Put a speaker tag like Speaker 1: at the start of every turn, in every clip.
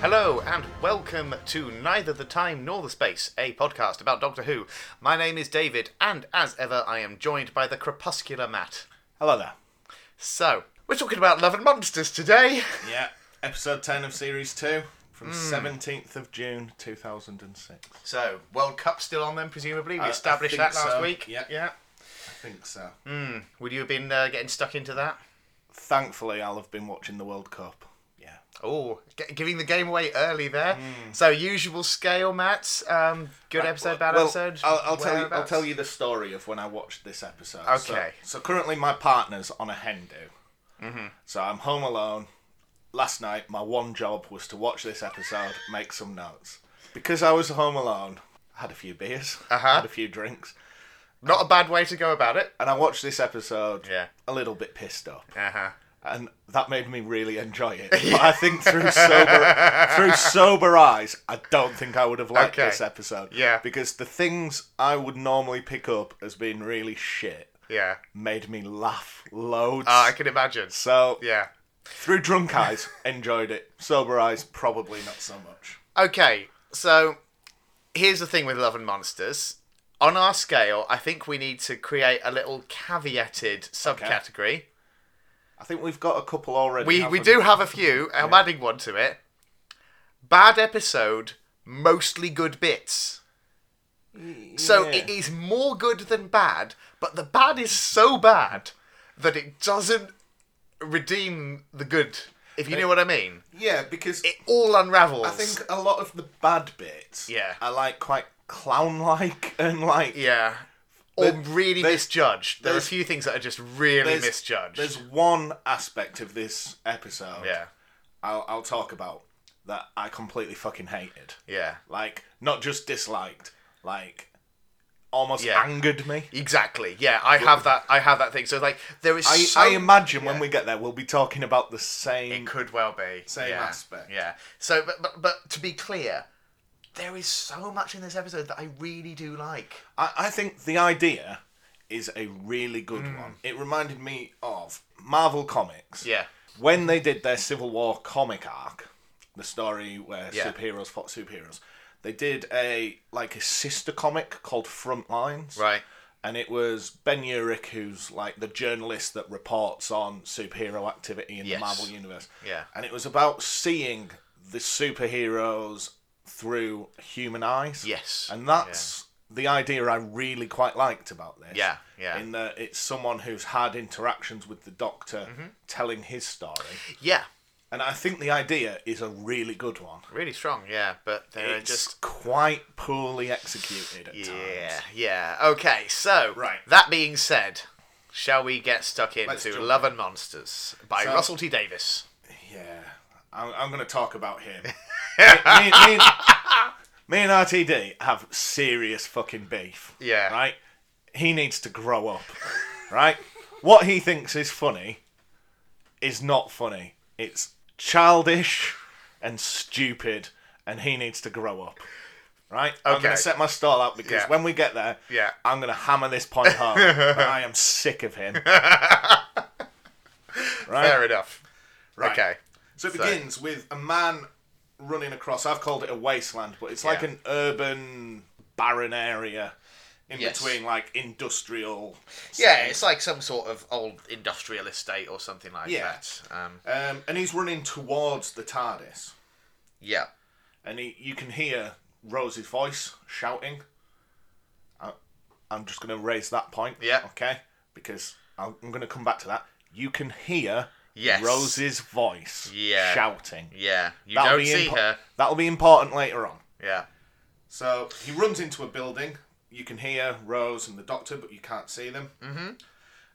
Speaker 1: Hello and welcome to Neither the Time Nor the Space, a podcast about Doctor Who. My name is David, and as ever, I am joined by the crepuscular Matt.
Speaker 2: Hello there.
Speaker 1: So, we're talking about Love and Monsters today.
Speaker 2: Yeah, episode 10 of series 2 from 17th of June 2006.
Speaker 1: So, World Cup still on then, presumably. We
Speaker 2: Uh, I- I
Speaker 1: established
Speaker 2: think
Speaker 1: that last
Speaker 2: so.
Speaker 1: week.
Speaker 2: Yeah.
Speaker 1: yeah.
Speaker 2: I think so.
Speaker 1: Would you have been uh, getting stuck into that?
Speaker 2: Thankfully, I'll have been watching the World Cup. Yeah.
Speaker 1: Oh, g- giving the game away early there.
Speaker 2: Hmm.
Speaker 1: So usual scale, Matt. Um, good episode, bad
Speaker 2: Uh, well,
Speaker 1: episode.
Speaker 2: I'll, I'll tell you. I'll
Speaker 1: whereabouts?
Speaker 2: tell you the story of when I watched this episode.
Speaker 1: Okay.
Speaker 2: So, so currently, my partner's on a hen do. Mm-hmm. So I'm home alone. Last night, my one job was to watch this episode, make some notes. Because I was home alone, I had a few beers,
Speaker 1: Uh-huh.
Speaker 2: had a few drinks,
Speaker 1: Not a bad way to go about it.
Speaker 2: and I watched this episode.
Speaker 1: Yeah.
Speaker 2: A little bit pissed up.
Speaker 1: Uh huh.
Speaker 2: and that made me really enjoy it. But I think through sober through sober eyes, I don't think I would have liked
Speaker 1: Okay.
Speaker 2: this episode.
Speaker 1: Yeah.
Speaker 2: because the things I would normally pick up as being really shit
Speaker 1: Yeah.
Speaker 2: made me laugh loads.
Speaker 1: Ah, I can imagine.
Speaker 2: so
Speaker 1: Yeah.
Speaker 2: through drunk eyes, enjoyed it. Sober eyes, probably not so much.
Speaker 1: Okay, so here's the thing with Love and Monsters. On our scale, I think we need to create a little caveated subcategory.
Speaker 2: I think we've got a couple already.
Speaker 1: We we
Speaker 2: haven't
Speaker 1: do have a few. I'm adding one to it. Bad episode, mostly good bits. So
Speaker 2: yeah.
Speaker 1: it is more good than bad, but the bad is so bad that it doesn't redeem the good. If you know what I mean,
Speaker 2: Yeah, because
Speaker 1: it all unravels.
Speaker 2: I think a lot of the bad bits.
Speaker 1: Yeah.
Speaker 2: are like quite clown-like and like
Speaker 1: Yeah. Or
Speaker 2: There-
Speaker 1: really
Speaker 2: there's-
Speaker 1: misjudged. There are a
Speaker 2: there's-
Speaker 1: few things that are just really
Speaker 2: there's-
Speaker 1: misjudged.
Speaker 2: There's one aspect of this episode.
Speaker 1: Yeah.
Speaker 2: I'll, I'll talk about that I completely fucking hated.
Speaker 1: Yeah.
Speaker 2: Like, not just disliked, like, almost
Speaker 1: Yeah.
Speaker 2: angered me.
Speaker 1: Exactly. Yeah, I have that I have that thing. So like there is
Speaker 2: I,
Speaker 1: so
Speaker 2: I imagine when we get there, we'll be talking about the same.
Speaker 1: it could well be.
Speaker 2: Same
Speaker 1: yeah.
Speaker 2: aspect.
Speaker 1: Yeah. So but, but but to be clear, there is so much in this episode that I really do like.
Speaker 2: I, I think the idea is a really good one. It reminded me of Marvel Comics.
Speaker 1: Hmm. Yeah.
Speaker 2: When they did their Civil War comic arc, the story where
Speaker 1: Yeah.
Speaker 2: superheroes fought superheroes, they did a like a sister comic called Frontlines.
Speaker 1: Right.
Speaker 2: and it was Ben Urich who's like the journalist that reports on superhero activity in
Speaker 1: Yes.
Speaker 2: the Marvel universe.
Speaker 1: Yeah.
Speaker 2: And it was about seeing the superheroes through human eyes.
Speaker 1: Yes.
Speaker 2: And that's the idea I really quite liked about this.
Speaker 1: Yeah, yeah.
Speaker 2: In that it's someone who's had interactions with the doctor
Speaker 1: Mm-hmm.
Speaker 2: telling his story.
Speaker 1: Yeah.
Speaker 2: And I think the idea is a really good one.
Speaker 1: Really strong, yeah. But there are
Speaker 2: It's
Speaker 1: just
Speaker 2: just quite poorly executed at
Speaker 1: Yeah,
Speaker 2: times.
Speaker 1: yeah. Okay, so
Speaker 2: Right.
Speaker 1: that being said, shall we get stuck into
Speaker 2: jump
Speaker 1: Love and Monsters by
Speaker 2: So-
Speaker 1: Russell T Davis?
Speaker 2: Yeah, I'm, I'm going to talk about him. me, me, me, and- me and RTD have serious fucking beef.
Speaker 1: Yeah.
Speaker 2: Right? He needs to grow up. Right? What he thinks is funny is not funny. It's childish and stupid, and he needs to grow up. Right? I'm
Speaker 1: Okay.
Speaker 2: going to set my stall out because
Speaker 1: Yeah.
Speaker 2: when we get there,
Speaker 1: Yeah.
Speaker 2: I'm going to hammer this point home. that I am sick of him. right?
Speaker 1: Fair enough.
Speaker 2: Right.
Speaker 1: Okay.
Speaker 2: So it begins with a man running across. I've called it a wasteland, but it's like
Speaker 1: Yeah.
Speaker 2: an urban, barren area in
Speaker 1: Yes.
Speaker 2: between like industrial.
Speaker 1: Yeah, it's like some sort of old industrial estate or something like
Speaker 2: Yeah.
Speaker 1: that. Um,
Speaker 2: Um, and he's running towards the TARDIS,
Speaker 1: yeah.
Speaker 2: and he, you can hear Rose's voice shouting. I, I'm just going to raise that point.
Speaker 1: Yeah.
Speaker 2: Okay. Because I'll, I'm going to come back to that. You can hear
Speaker 1: Yes.
Speaker 2: Rose's voice
Speaker 1: Yeah.
Speaker 2: shouting.
Speaker 1: Yeah. You
Speaker 2: That'll
Speaker 1: don't
Speaker 2: be
Speaker 1: see
Speaker 2: impo-
Speaker 1: her.
Speaker 2: That'll be important later on.
Speaker 1: Yeah.
Speaker 2: So he runs into a building. You can hear Rose and the doctor, but you can't see them. Mm-hmm.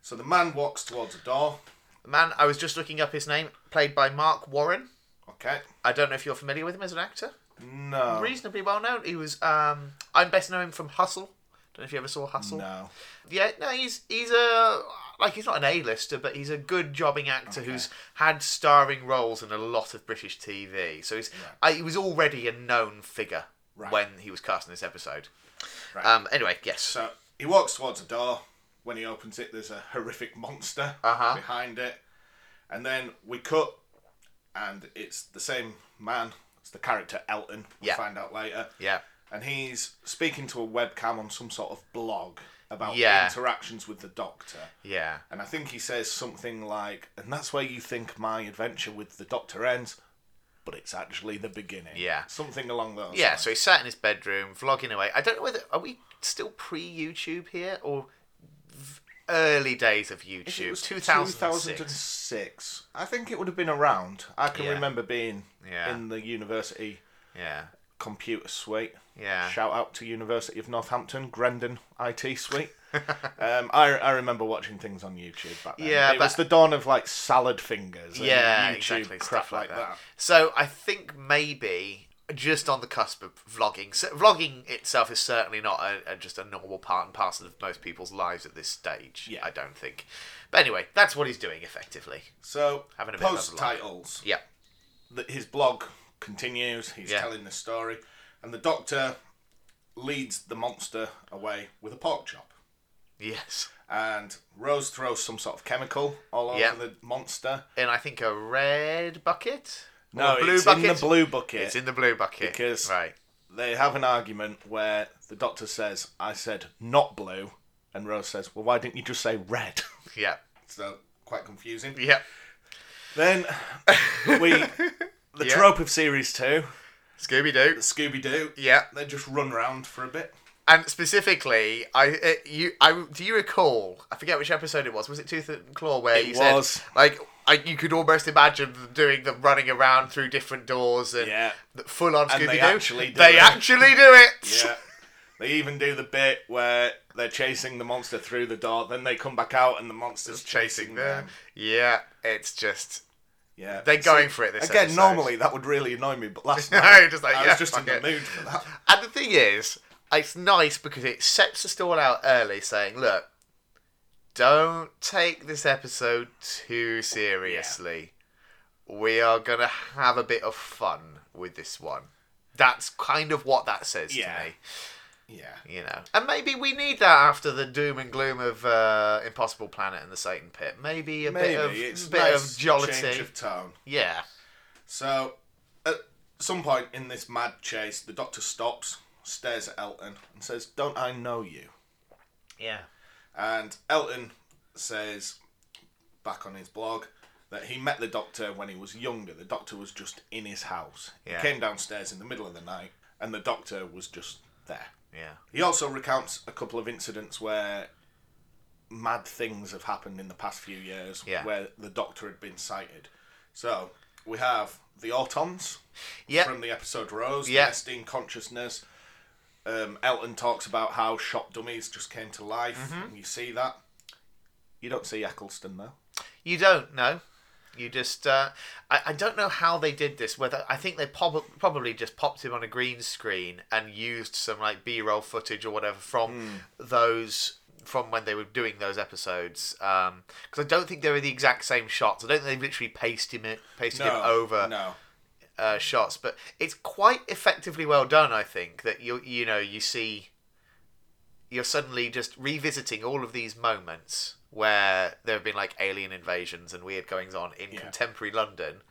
Speaker 2: So the man walks towards a door.
Speaker 1: The man, I was just looking up his name, played by Mark Warren.
Speaker 2: Okay.
Speaker 1: I don't know if you're familiar with him as an actor.
Speaker 2: No.
Speaker 1: Reasonably well known. He was, um, I'm best known from Hustle. Don't know if you ever saw Hustle.
Speaker 2: No.
Speaker 1: Yeah, no, he's he's a like he's not an A-lister, but he's a good jobbing actor who's had starring roles in a lot of British TV. So he's I, he was already a known figure
Speaker 2: Right.
Speaker 1: when he was cast in this episode.
Speaker 2: Right.
Speaker 1: Um. Anyway, yes.
Speaker 2: So he walks towards a door. When he opens it, there's a horrific monster
Speaker 1: Uh-huh.
Speaker 2: behind it. And then we cut, and it's the same man It's the character Elton. We'll
Speaker 1: Yeah.
Speaker 2: find out later.
Speaker 1: Yeah.
Speaker 2: And he's speaking to a webcam on some sort of blog about
Speaker 1: Yeah.
Speaker 2: interactions with the Doctor.
Speaker 1: Yeah.
Speaker 2: And I think he says something like, and that's where you think my adventure with the Doctor ends, but it's actually the beginning.
Speaker 1: Yeah.
Speaker 2: Something along those
Speaker 1: Yeah,
Speaker 2: lines.
Speaker 1: so he sat in his bedroom vlogging away. I don't know whether are we still pre-YouTube here or v- early days of
Speaker 2: If it
Speaker 1: YouTube,
Speaker 2: was
Speaker 1: 2006.
Speaker 2: 2006, I think it would have been around. I can
Speaker 1: Yeah.
Speaker 2: remember being
Speaker 1: Yeah.
Speaker 2: in the university
Speaker 1: Yeah.
Speaker 2: computer suite.
Speaker 1: Yeah.
Speaker 2: Shout out to University of Northampton, Grendon IT suite. um, I, I remember watching things on YouTube back then.
Speaker 1: Yeah,
Speaker 2: it was
Speaker 1: but-
Speaker 2: the dawn of like salad fingers. And
Speaker 1: yeah,
Speaker 2: YouTube
Speaker 1: exactly,
Speaker 2: crap
Speaker 1: stuff like, that. So I think maybe just on the cusp of vlogging. So vlogging itself is certainly not a, a, just a normal part and parcel of most people's lives at this stage.
Speaker 2: Yeah.
Speaker 1: I don't think. But anyway, that's what he's doing effectively.
Speaker 2: So
Speaker 1: Having a bit of a
Speaker 2: post titles.
Speaker 1: Yeah,
Speaker 2: that his blog continues. He's
Speaker 1: Yeah.
Speaker 2: telling the story, and the doctor leads the monster away with a pork chop.
Speaker 1: yes,
Speaker 2: And Rose throws some sort of chemical all over
Speaker 1: Yeah.
Speaker 2: the monster.
Speaker 1: and I think a red bucket. Or a
Speaker 2: it's in the blue bucket.
Speaker 1: It's in the blue bucket.
Speaker 2: Because-
Speaker 1: right,
Speaker 2: they have an argument where the doctor says, "I said not blue," and Rose says, "Well, why didn't you just say red?"
Speaker 1: yeah,
Speaker 2: so quite confusing.
Speaker 1: yeah.
Speaker 2: Then we the
Speaker 1: Yeah.
Speaker 2: trope of series two,
Speaker 1: Scooby Doo.
Speaker 2: Scooby Doo.
Speaker 1: Yeah,
Speaker 2: They just run round for a bit.
Speaker 1: and specifically, I uh, you I do you recall? I forget which episode it was. Was it Tooth and Claw where
Speaker 2: It
Speaker 1: you
Speaker 2: was.
Speaker 1: said like I, you could almost imagine them doing them running around through different doors and
Speaker 2: Yeah.
Speaker 1: full on Scooby
Speaker 2: And
Speaker 1: Doo.
Speaker 2: they actually do
Speaker 1: they
Speaker 2: it.
Speaker 1: actually do it.
Speaker 2: Yeah. They even do the bit where they're chasing the monster through the door, then they come back out and the monster's
Speaker 1: Chasing them. Yeah, it's just
Speaker 2: Yeah.
Speaker 1: they're
Speaker 2: So,
Speaker 1: going for it. This
Speaker 2: Again,
Speaker 1: episode.
Speaker 2: normally that would really annoy me, but last
Speaker 1: No,
Speaker 2: night
Speaker 1: just like,
Speaker 2: I
Speaker 1: yeah,
Speaker 2: was just in
Speaker 1: fuck
Speaker 2: the
Speaker 1: it.
Speaker 2: mood for that.
Speaker 1: And the thing is, it's nice because it sets the stall out early, saying, "Look, don't take this episode too seriously. We are gonna have a bit of fun with this one." That's kind of what that says
Speaker 2: Yeah.
Speaker 1: to me,
Speaker 2: Yeah.
Speaker 1: you know. And maybe we need that after the doom and gloom of uh, Impossible Planet and the Satan Pit. Maybe a
Speaker 2: Maybe
Speaker 1: bit of
Speaker 2: it's
Speaker 1: bit
Speaker 2: nice
Speaker 1: of jollity.
Speaker 2: change of tone.
Speaker 1: Yeah,
Speaker 2: So, at some point in this mad chase, the doctor stops, stares at Elton, and says, Don't I know you?
Speaker 1: yeah,
Speaker 2: And Elton says back on his blog that he met the doctor when he was younger. The doctor was just in his house.
Speaker 1: Yeah.
Speaker 2: He came downstairs in the middle of the night and the doctor was just there.
Speaker 1: yeah,
Speaker 2: He also recounts a couple of incidents where mad things have happened in the past few years
Speaker 1: Yeah.
Speaker 2: where the doctor had been sighted. So we have the Autons
Speaker 1: yeah.
Speaker 2: from the episode Rose,
Speaker 1: Yeah.
Speaker 2: the nesting consciousness. Um, Elton talks about how shop dummies just came to life.
Speaker 1: Mm-hmm.
Speaker 2: And you see that. You don't see Eccleston though.
Speaker 1: You don't know. You just uh, I, I don't know how they did this. Whether I think they prob- probably just popped him on a green screen and used some like B-roll footage or whatever
Speaker 2: Hmm.
Speaker 1: from those from when they were doing those episodes. Because I don't think they were the exact same shots. I don't think they literally pasted him pasted him over
Speaker 2: No.
Speaker 1: uh, shots, but it's quite effectively well done. I think that you you know you see you're suddenly just revisiting all of these moments where there have been like alien invasions and weird goings on in
Speaker 2: Yeah.
Speaker 1: contemporary London,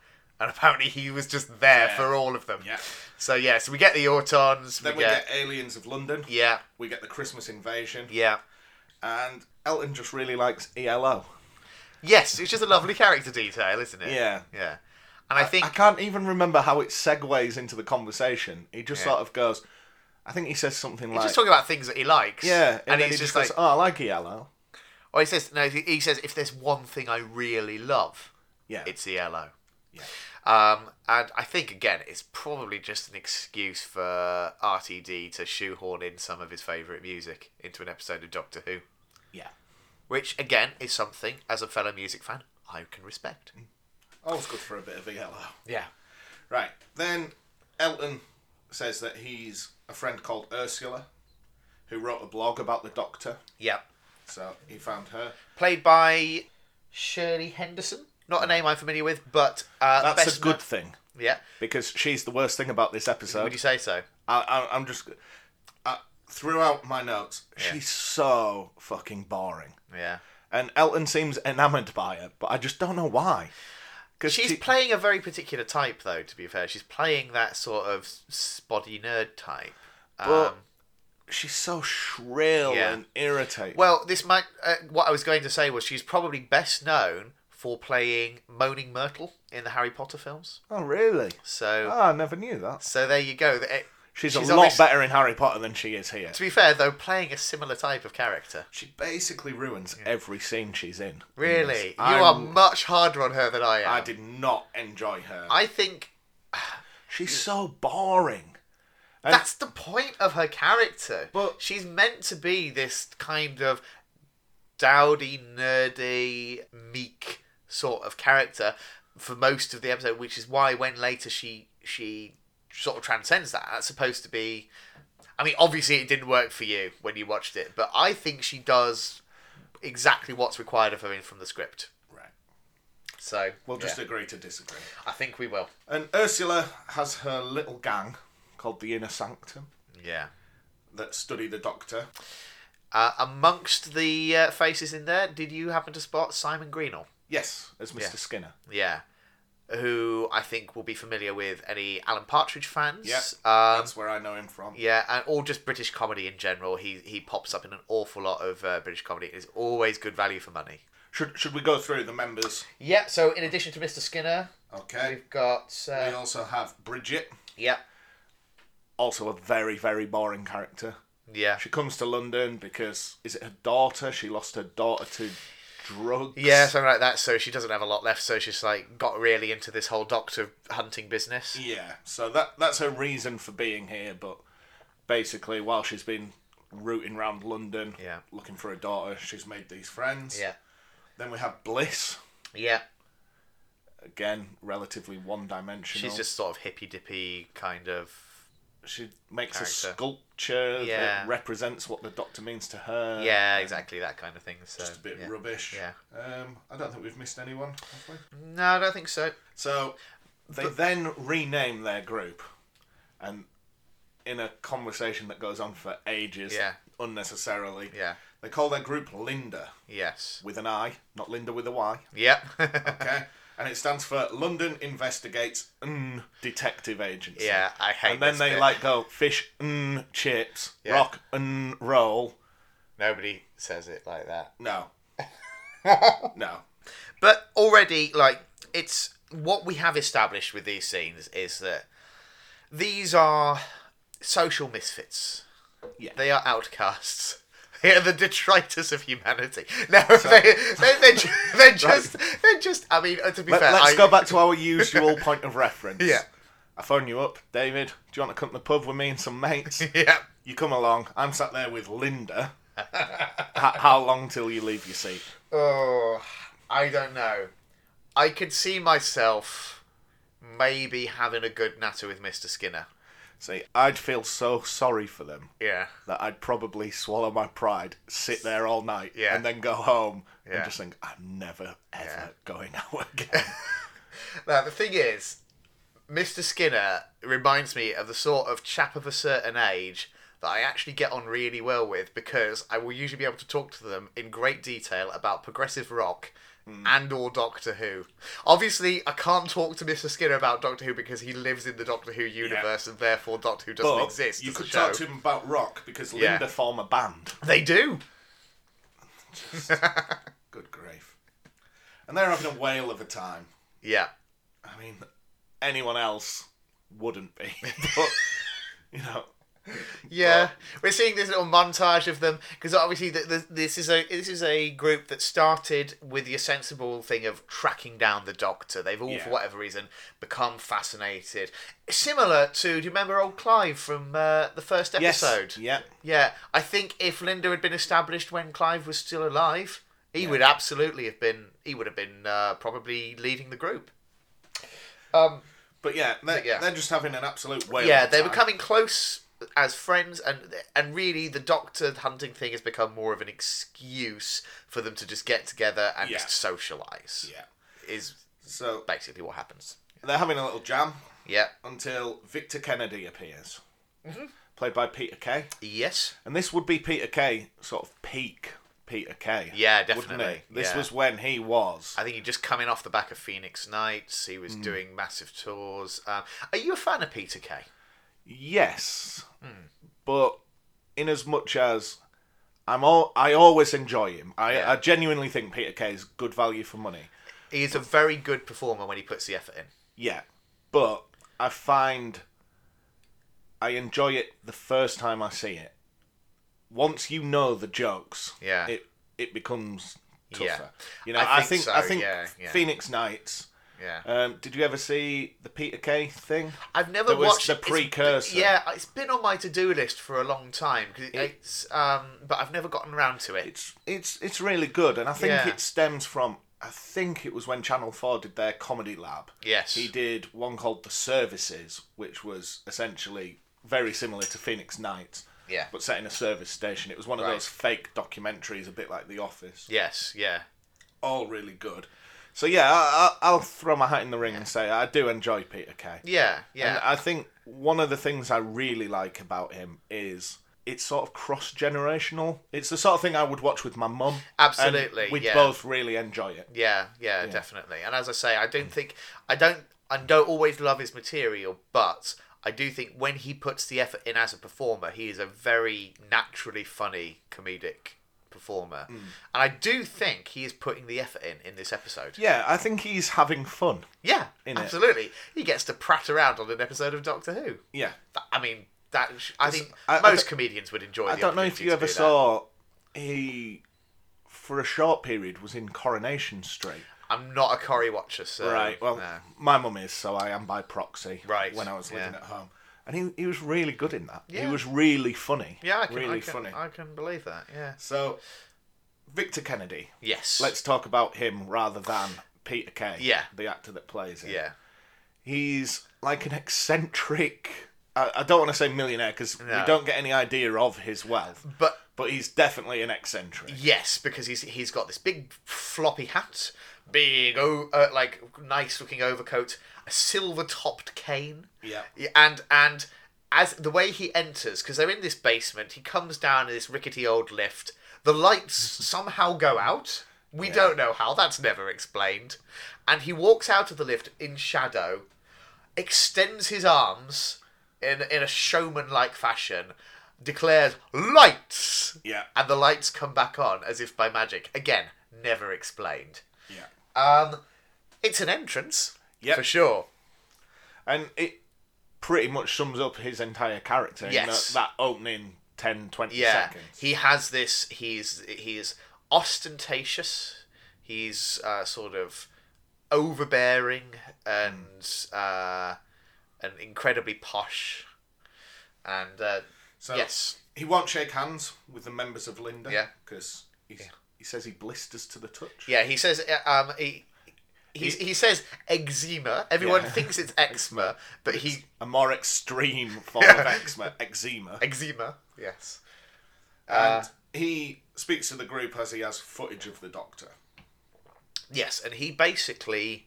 Speaker 1: and apparently he was just there
Speaker 2: Yeah.
Speaker 1: for all of them.
Speaker 2: Yeah.
Speaker 1: So yeah, so we get the Autons.
Speaker 2: Then we get Aliens of London.
Speaker 1: yeah,
Speaker 2: We get the Christmas Invasion.
Speaker 1: yeah.
Speaker 2: And Elton just really likes E ELO.
Speaker 1: Yes, it's just a lovely character detail, isn't it?
Speaker 2: Yeah.
Speaker 1: yeah. And I think
Speaker 2: I can't even remember how it segues into the conversation. He just
Speaker 1: Yeah.
Speaker 2: sort of goes. I think he says something
Speaker 1: he's
Speaker 2: like,
Speaker 1: just talking about things that he likes.
Speaker 2: "Yeah,"
Speaker 1: and,
Speaker 2: then
Speaker 1: he's
Speaker 2: he
Speaker 1: just like,
Speaker 2: goes, "Oh, I like ELO."
Speaker 1: Or Oh, he says no. He he says if there's one thing I really love,
Speaker 2: Yeah.
Speaker 1: it's ELO.
Speaker 2: Yeah.
Speaker 1: Um, and I think again, it's probably just an excuse for RTD to shoehorn in some of his favourite music into an episode of Doctor Who,
Speaker 2: yeah.
Speaker 1: which again is something as a fellow music fan I can respect.
Speaker 2: Mm. Always good for a bit of E ELO.
Speaker 1: Yeah.
Speaker 2: Right. Then Elton says that he's a friend called Ursula, who wrote a blog about the Doctor.
Speaker 1: Yeah.
Speaker 2: So he found her.
Speaker 1: Played by Shirley Henderson. Not a name I'm familiar with, but uh,
Speaker 2: Mm. That's
Speaker 1: best
Speaker 2: a good
Speaker 1: kno-
Speaker 2: thing
Speaker 1: yeah.
Speaker 2: because she's the worst thing about this
Speaker 1: Would
Speaker 2: episode.
Speaker 1: you say so?
Speaker 2: I, I, I'm just I, throughout my notes. She's so fucking boring,
Speaker 1: Yeah.
Speaker 2: and Elton seems enamoured by her, but I just don't know why. Because
Speaker 1: She's playing a very particular type, though. To be fair, she's playing that sort of spotty nerd type.
Speaker 2: But- she's so shrill
Speaker 1: um, Yeah.
Speaker 2: and irritating.
Speaker 1: Well, this might. Uh, what I was going to say was she's probably best known for playing Moaning Myrtle in the Harry Potter films.
Speaker 2: oh really?
Speaker 1: So,
Speaker 2: Ah, I never knew that.
Speaker 1: so there you go. It-
Speaker 2: She's, a
Speaker 1: She's
Speaker 2: lot
Speaker 1: obvious-
Speaker 2: better in Harry Potter than she is here.
Speaker 1: to be fair, though, playing a similar type of character.
Speaker 2: She basically ruins every scene she's in. in this.
Speaker 1: Really, you
Speaker 2: I'm-
Speaker 1: are much harder on her than I am.
Speaker 2: I did not enjoy her.
Speaker 1: I think
Speaker 2: She's so boring. And-
Speaker 1: that's the point of her character.
Speaker 2: But-
Speaker 1: she's meant to be this kind of dowdy, nerdy, meek sort of character for most of the episode, which is why when later she she sort of transcends that. That's supposed to be. I mean, obviously it didn't work for you when you watched it, but I think she does exactly what's required of her in from the script.
Speaker 2: Right.
Speaker 1: So
Speaker 2: We'll just
Speaker 1: yeah,
Speaker 2: agree to disagree.
Speaker 1: I think we will.
Speaker 2: And Ursula has her little gang called the Inner Sanctum
Speaker 1: Yeah.
Speaker 2: that study the Doctor.
Speaker 1: Uh, amongst the uh, faces in there, did you happen to spot Simon Greenall?
Speaker 2: Yes, as Mr.
Speaker 1: Yeah.
Speaker 2: Skinner.
Speaker 1: Yeah. Who I think will be familiar with any Alan Partridge fans.
Speaker 2: Yeah,
Speaker 1: Um,
Speaker 2: that's where I know him from.
Speaker 1: yeah, and all just British comedy in general. He he pops up in an awful lot of uh, British comedy. It's always good value for money.
Speaker 2: Should should we go through the members?
Speaker 1: Yeah, so in addition to Mr. Skinner,
Speaker 2: Okay.
Speaker 1: we've got.
Speaker 2: We
Speaker 1: Uh,
Speaker 2: also have Bridget,
Speaker 1: yeah,
Speaker 2: also a very very boring character.
Speaker 1: yeah.
Speaker 2: She comes to London because is it her daughter? She lost her daughter to drugs.
Speaker 1: Yeah, something like that. So she doesn't have a lot left. So she's like got really into this whole doctor hunting business.
Speaker 2: Yeah, so that that's her reason for being here. But basically, while she's been rooting around London,
Speaker 1: Yeah.
Speaker 2: looking for a daughter, she's made these friends.
Speaker 1: Yeah,
Speaker 2: Then we have Bliss
Speaker 1: yeah.
Speaker 2: again, relatively one-dimensional.
Speaker 1: She's just sort of hippy dippy kind of.
Speaker 2: she makes a
Speaker 1: character.
Speaker 2: sculpture
Speaker 1: Yeah.
Speaker 2: that represents what the Doctor means to her.
Speaker 1: Uh, Yeah, exactly that kind of thing. So
Speaker 2: Just a bit
Speaker 1: yeah.
Speaker 2: rubbish.
Speaker 1: Yeah.
Speaker 2: Um, I don't think we've missed anyone. Have we?
Speaker 1: No, I don't think so.
Speaker 2: So they then rename their group, and in a conversation that goes on for ages,
Speaker 1: Yeah.
Speaker 2: unnecessarily,
Speaker 1: Yeah.
Speaker 2: they call their group Linda
Speaker 1: Yes.
Speaker 2: with an I, not Linda with a Y.
Speaker 1: Yep.
Speaker 2: Okay, and it stands for London Investigates N Detective Agency.
Speaker 1: yeah, I hate.
Speaker 2: And then
Speaker 1: this
Speaker 2: they
Speaker 1: bit.
Speaker 2: like go fish N chips,
Speaker 1: Yeah.
Speaker 2: rock N roll.
Speaker 1: nobody says it like that.
Speaker 2: No, no.
Speaker 1: But already, like it's what we have established with these scenes is that these are social misfits.
Speaker 2: Yeah.
Speaker 1: They are outcasts. They are the detritus of humanity. No, they, they, they're, ju- they're just, they're just. I mean, uh, to be
Speaker 2: Let,
Speaker 1: fair,
Speaker 2: us
Speaker 1: I,
Speaker 2: go back to our usual point of reference.
Speaker 1: Yeah.
Speaker 2: I phone you up, David. Do you want to come to the pub with me and some mates?
Speaker 1: Yeah,
Speaker 2: You come along. I'm sat there with Linda. H- how long till you leave your seat?
Speaker 1: Oh, I don't know. I could see myself maybe having a good natter with Mr. Skinner.
Speaker 2: See, I'd feel so sorry for them
Speaker 1: Yeah.
Speaker 2: that I'd probably swallow my pride, sit there all night,
Speaker 1: Yeah.
Speaker 2: and then go home and
Speaker 1: Yeah.
Speaker 2: just think, I'm never ever
Speaker 1: Yeah.
Speaker 2: going out again.
Speaker 1: Now, the thing is, Mr. Skinner reminds me of the sort of chap of a certain age that I actually get on really well with because I will usually be able to talk to them in great detail about progressive rock
Speaker 2: Hmm.
Speaker 1: and or Doctor Who. Obviously, I can't talk to Mr. Skinner about Doctor Who because he lives in the Doctor Who universe and therefore Doctor Who doesn't
Speaker 2: But
Speaker 1: exist.
Speaker 2: you
Speaker 1: as a
Speaker 2: could
Speaker 1: show.
Speaker 2: talk to him about rock because
Speaker 1: Yeah.
Speaker 2: Linda form a band.
Speaker 1: They do.
Speaker 2: Good grief. And they're having a whale of a time.
Speaker 1: Yeah.
Speaker 2: I mean, anyone else wouldn't be. But, you know,
Speaker 1: Yeah, we're seeing this little montage of them because obviously th th this is a this is a group that started with the sensible thing of tracking down the Doctor. They've all,
Speaker 2: Yeah.
Speaker 1: for whatever reason, become fascinated. Similar to, do you remember old Clive from uh, the first
Speaker 2: yes.
Speaker 1: episode?
Speaker 2: Yeah.
Speaker 1: Yeah, I think if Linda had been established when Clive was still alive, he would absolutely have been. He would have been uh, probably leading the group. Um,
Speaker 2: But yeah, they're,
Speaker 1: yeah.
Speaker 2: they're just having an absolute whale
Speaker 1: yeah,
Speaker 2: of a
Speaker 1: they're
Speaker 2: time.
Speaker 1: becoming close as friends, and and really the doctor hunting thing has become more of an excuse for them to just get together and
Speaker 2: Yeah.
Speaker 1: just socialize.
Speaker 2: Yeah.
Speaker 1: Is
Speaker 2: So
Speaker 1: basically what happens.
Speaker 2: they're having a little jam
Speaker 1: Yeah.
Speaker 2: until Victor Kennedy appears,
Speaker 1: Mm-hmm.
Speaker 2: played by Peter Kay.
Speaker 1: Yes.
Speaker 2: And this would be Peter Kay sort of peak Peter Kay.
Speaker 1: Yeah,
Speaker 2: wouldn't
Speaker 1: definitely,
Speaker 2: he? This
Speaker 1: yeah.
Speaker 2: was when he was.
Speaker 1: I think he'd just coming off the back of Phoenix Nights. He
Speaker 2: Mm.
Speaker 1: was doing massive tours. Um, are you a fan of Peter Kay?
Speaker 2: Yes,
Speaker 1: Hmm.
Speaker 2: but in as much as I'm all, I always enjoy him. I,
Speaker 1: Yeah.
Speaker 2: I genuinely think Peter Kay is good value for money.
Speaker 1: He is a very good performer when he puts the effort in.
Speaker 2: Yeah, but I find I enjoy it the first time I see it. Once you know the jokes,
Speaker 1: Yeah.
Speaker 2: it it becomes tougher.
Speaker 1: Yeah.
Speaker 2: You know,
Speaker 1: I
Speaker 2: I
Speaker 1: think
Speaker 2: think
Speaker 1: so,
Speaker 2: I think
Speaker 1: yeah, yeah.
Speaker 2: Phoenix Nights.
Speaker 1: Yeah,
Speaker 2: Um, did you ever see the Peter Kay thing?
Speaker 1: I've never
Speaker 2: there was
Speaker 1: watched
Speaker 2: the
Speaker 1: it's-
Speaker 2: precursor.
Speaker 1: yeah, it's been on my to-do list for a long time 'cause it,
Speaker 2: It-
Speaker 1: it's um, but I've never gotten around to it.
Speaker 2: It's it's it's really good, and I think
Speaker 1: Yeah.
Speaker 2: it stems from. I think it was when Channel Four did their comedy lab.
Speaker 1: Yes.
Speaker 2: He did one called The Services, which was essentially very similar to Phoenix Nights.
Speaker 1: Yeah.
Speaker 2: But set in a service station. It was one of
Speaker 1: Right.
Speaker 2: those fake documentaries, a bit like The Office.
Speaker 1: Yes, yeah.
Speaker 2: All really good. So yeah, I, I, I'll throw my hat in the ring and say I do enjoy Peter Kay.
Speaker 1: Yeah, yeah.
Speaker 2: And uh, I think one of the things I really like about him is it's sort of cross generational. It's the sort of thing I would watch with my mum. and
Speaker 1: Absolutely,
Speaker 2: We'd
Speaker 1: yeah.
Speaker 2: both really enjoy it.
Speaker 1: Yeah, yeah, definitely. And as I say, I
Speaker 2: Mm.
Speaker 1: don't think I don't I don't always love his material, but I do think when he puts the effort in as a performer, he is a very naturally funny comedic performer.
Speaker 2: Mm.
Speaker 1: And I do think he is putting the effort in in this episode.
Speaker 2: Yeah, I think he's having fun.
Speaker 1: Yeah,
Speaker 2: In it.
Speaker 1: absolutely. He gets to prat around on an episode of Doctor Who.
Speaker 2: Yeah.
Speaker 1: Th- I mean, that sh- I think
Speaker 2: I- I
Speaker 1: most
Speaker 2: don't-
Speaker 1: comedians would enjoy.
Speaker 2: I
Speaker 1: the
Speaker 2: don't know if
Speaker 1: opportunity
Speaker 2: you
Speaker 1: to
Speaker 2: ever
Speaker 1: do that.
Speaker 2: saw he for a short period was in Coronation Street.
Speaker 1: I'm not a Corrie watcher, so
Speaker 2: Right. Well,
Speaker 1: no.
Speaker 2: my mum is, so I am by proxy.
Speaker 1: Right,
Speaker 2: When I was living
Speaker 1: yeah.
Speaker 2: at home, and he he was really good in that.
Speaker 1: Yeah.
Speaker 2: He was really funny.
Speaker 1: yeah, I can,
Speaker 2: really
Speaker 1: I can,
Speaker 2: funny.
Speaker 1: I can believe that. Yeah.
Speaker 2: So, Victor Kennedy.
Speaker 1: Yes.
Speaker 2: Let's talk about him rather than Peter Kay.
Speaker 1: Yeah.
Speaker 2: The actor that plays him.
Speaker 1: Yeah.
Speaker 2: He's like an eccentric. I, I don't want to say millionaire because
Speaker 1: No.
Speaker 2: we don't get any idea of his wealth,
Speaker 1: But
Speaker 2: but he's definitely an eccentric.
Speaker 1: yes, because he's he's got this big floppy hat, big oh uh, like nice looking overcoat, a silver topped cane.
Speaker 2: Yeah.
Speaker 1: And and as the way he enters, because they're in this basement, he comes down in this rickety old lift. The lights somehow go out. We don't know how. That's never explained. And he walks out of the lift in shadow, extends his arms in in a showman like fashion, declares lights.
Speaker 2: Yeah.
Speaker 1: and the lights come back on as if by magic. Again, never explained.
Speaker 2: Yeah.
Speaker 1: Um, it's an entrance
Speaker 2: Yep.
Speaker 1: for sure.
Speaker 2: And it pretty much sums up his entire character in
Speaker 1: Yes.
Speaker 2: that, that opening 10, 20
Speaker 1: Yeah,
Speaker 2: seconds.
Speaker 1: he has this. He's he's ostentatious. He's uh, sort of overbearing and uh, and incredibly posh. And uh,
Speaker 2: So
Speaker 1: yes,
Speaker 2: he won't shake hands with the members of Linda
Speaker 1: Yeah.
Speaker 2: because he says he blisters to the touch.
Speaker 1: yeah, he says uh, um, he. He, he says eczema. Everyone
Speaker 2: Yeah.
Speaker 1: thinks it's eczema, but he
Speaker 2: A more extreme form of eczema, eczema.
Speaker 1: eczema. Yes. Uh,
Speaker 2: And he speaks to the group as he has footage of the doctor.
Speaker 1: Yes, and he basically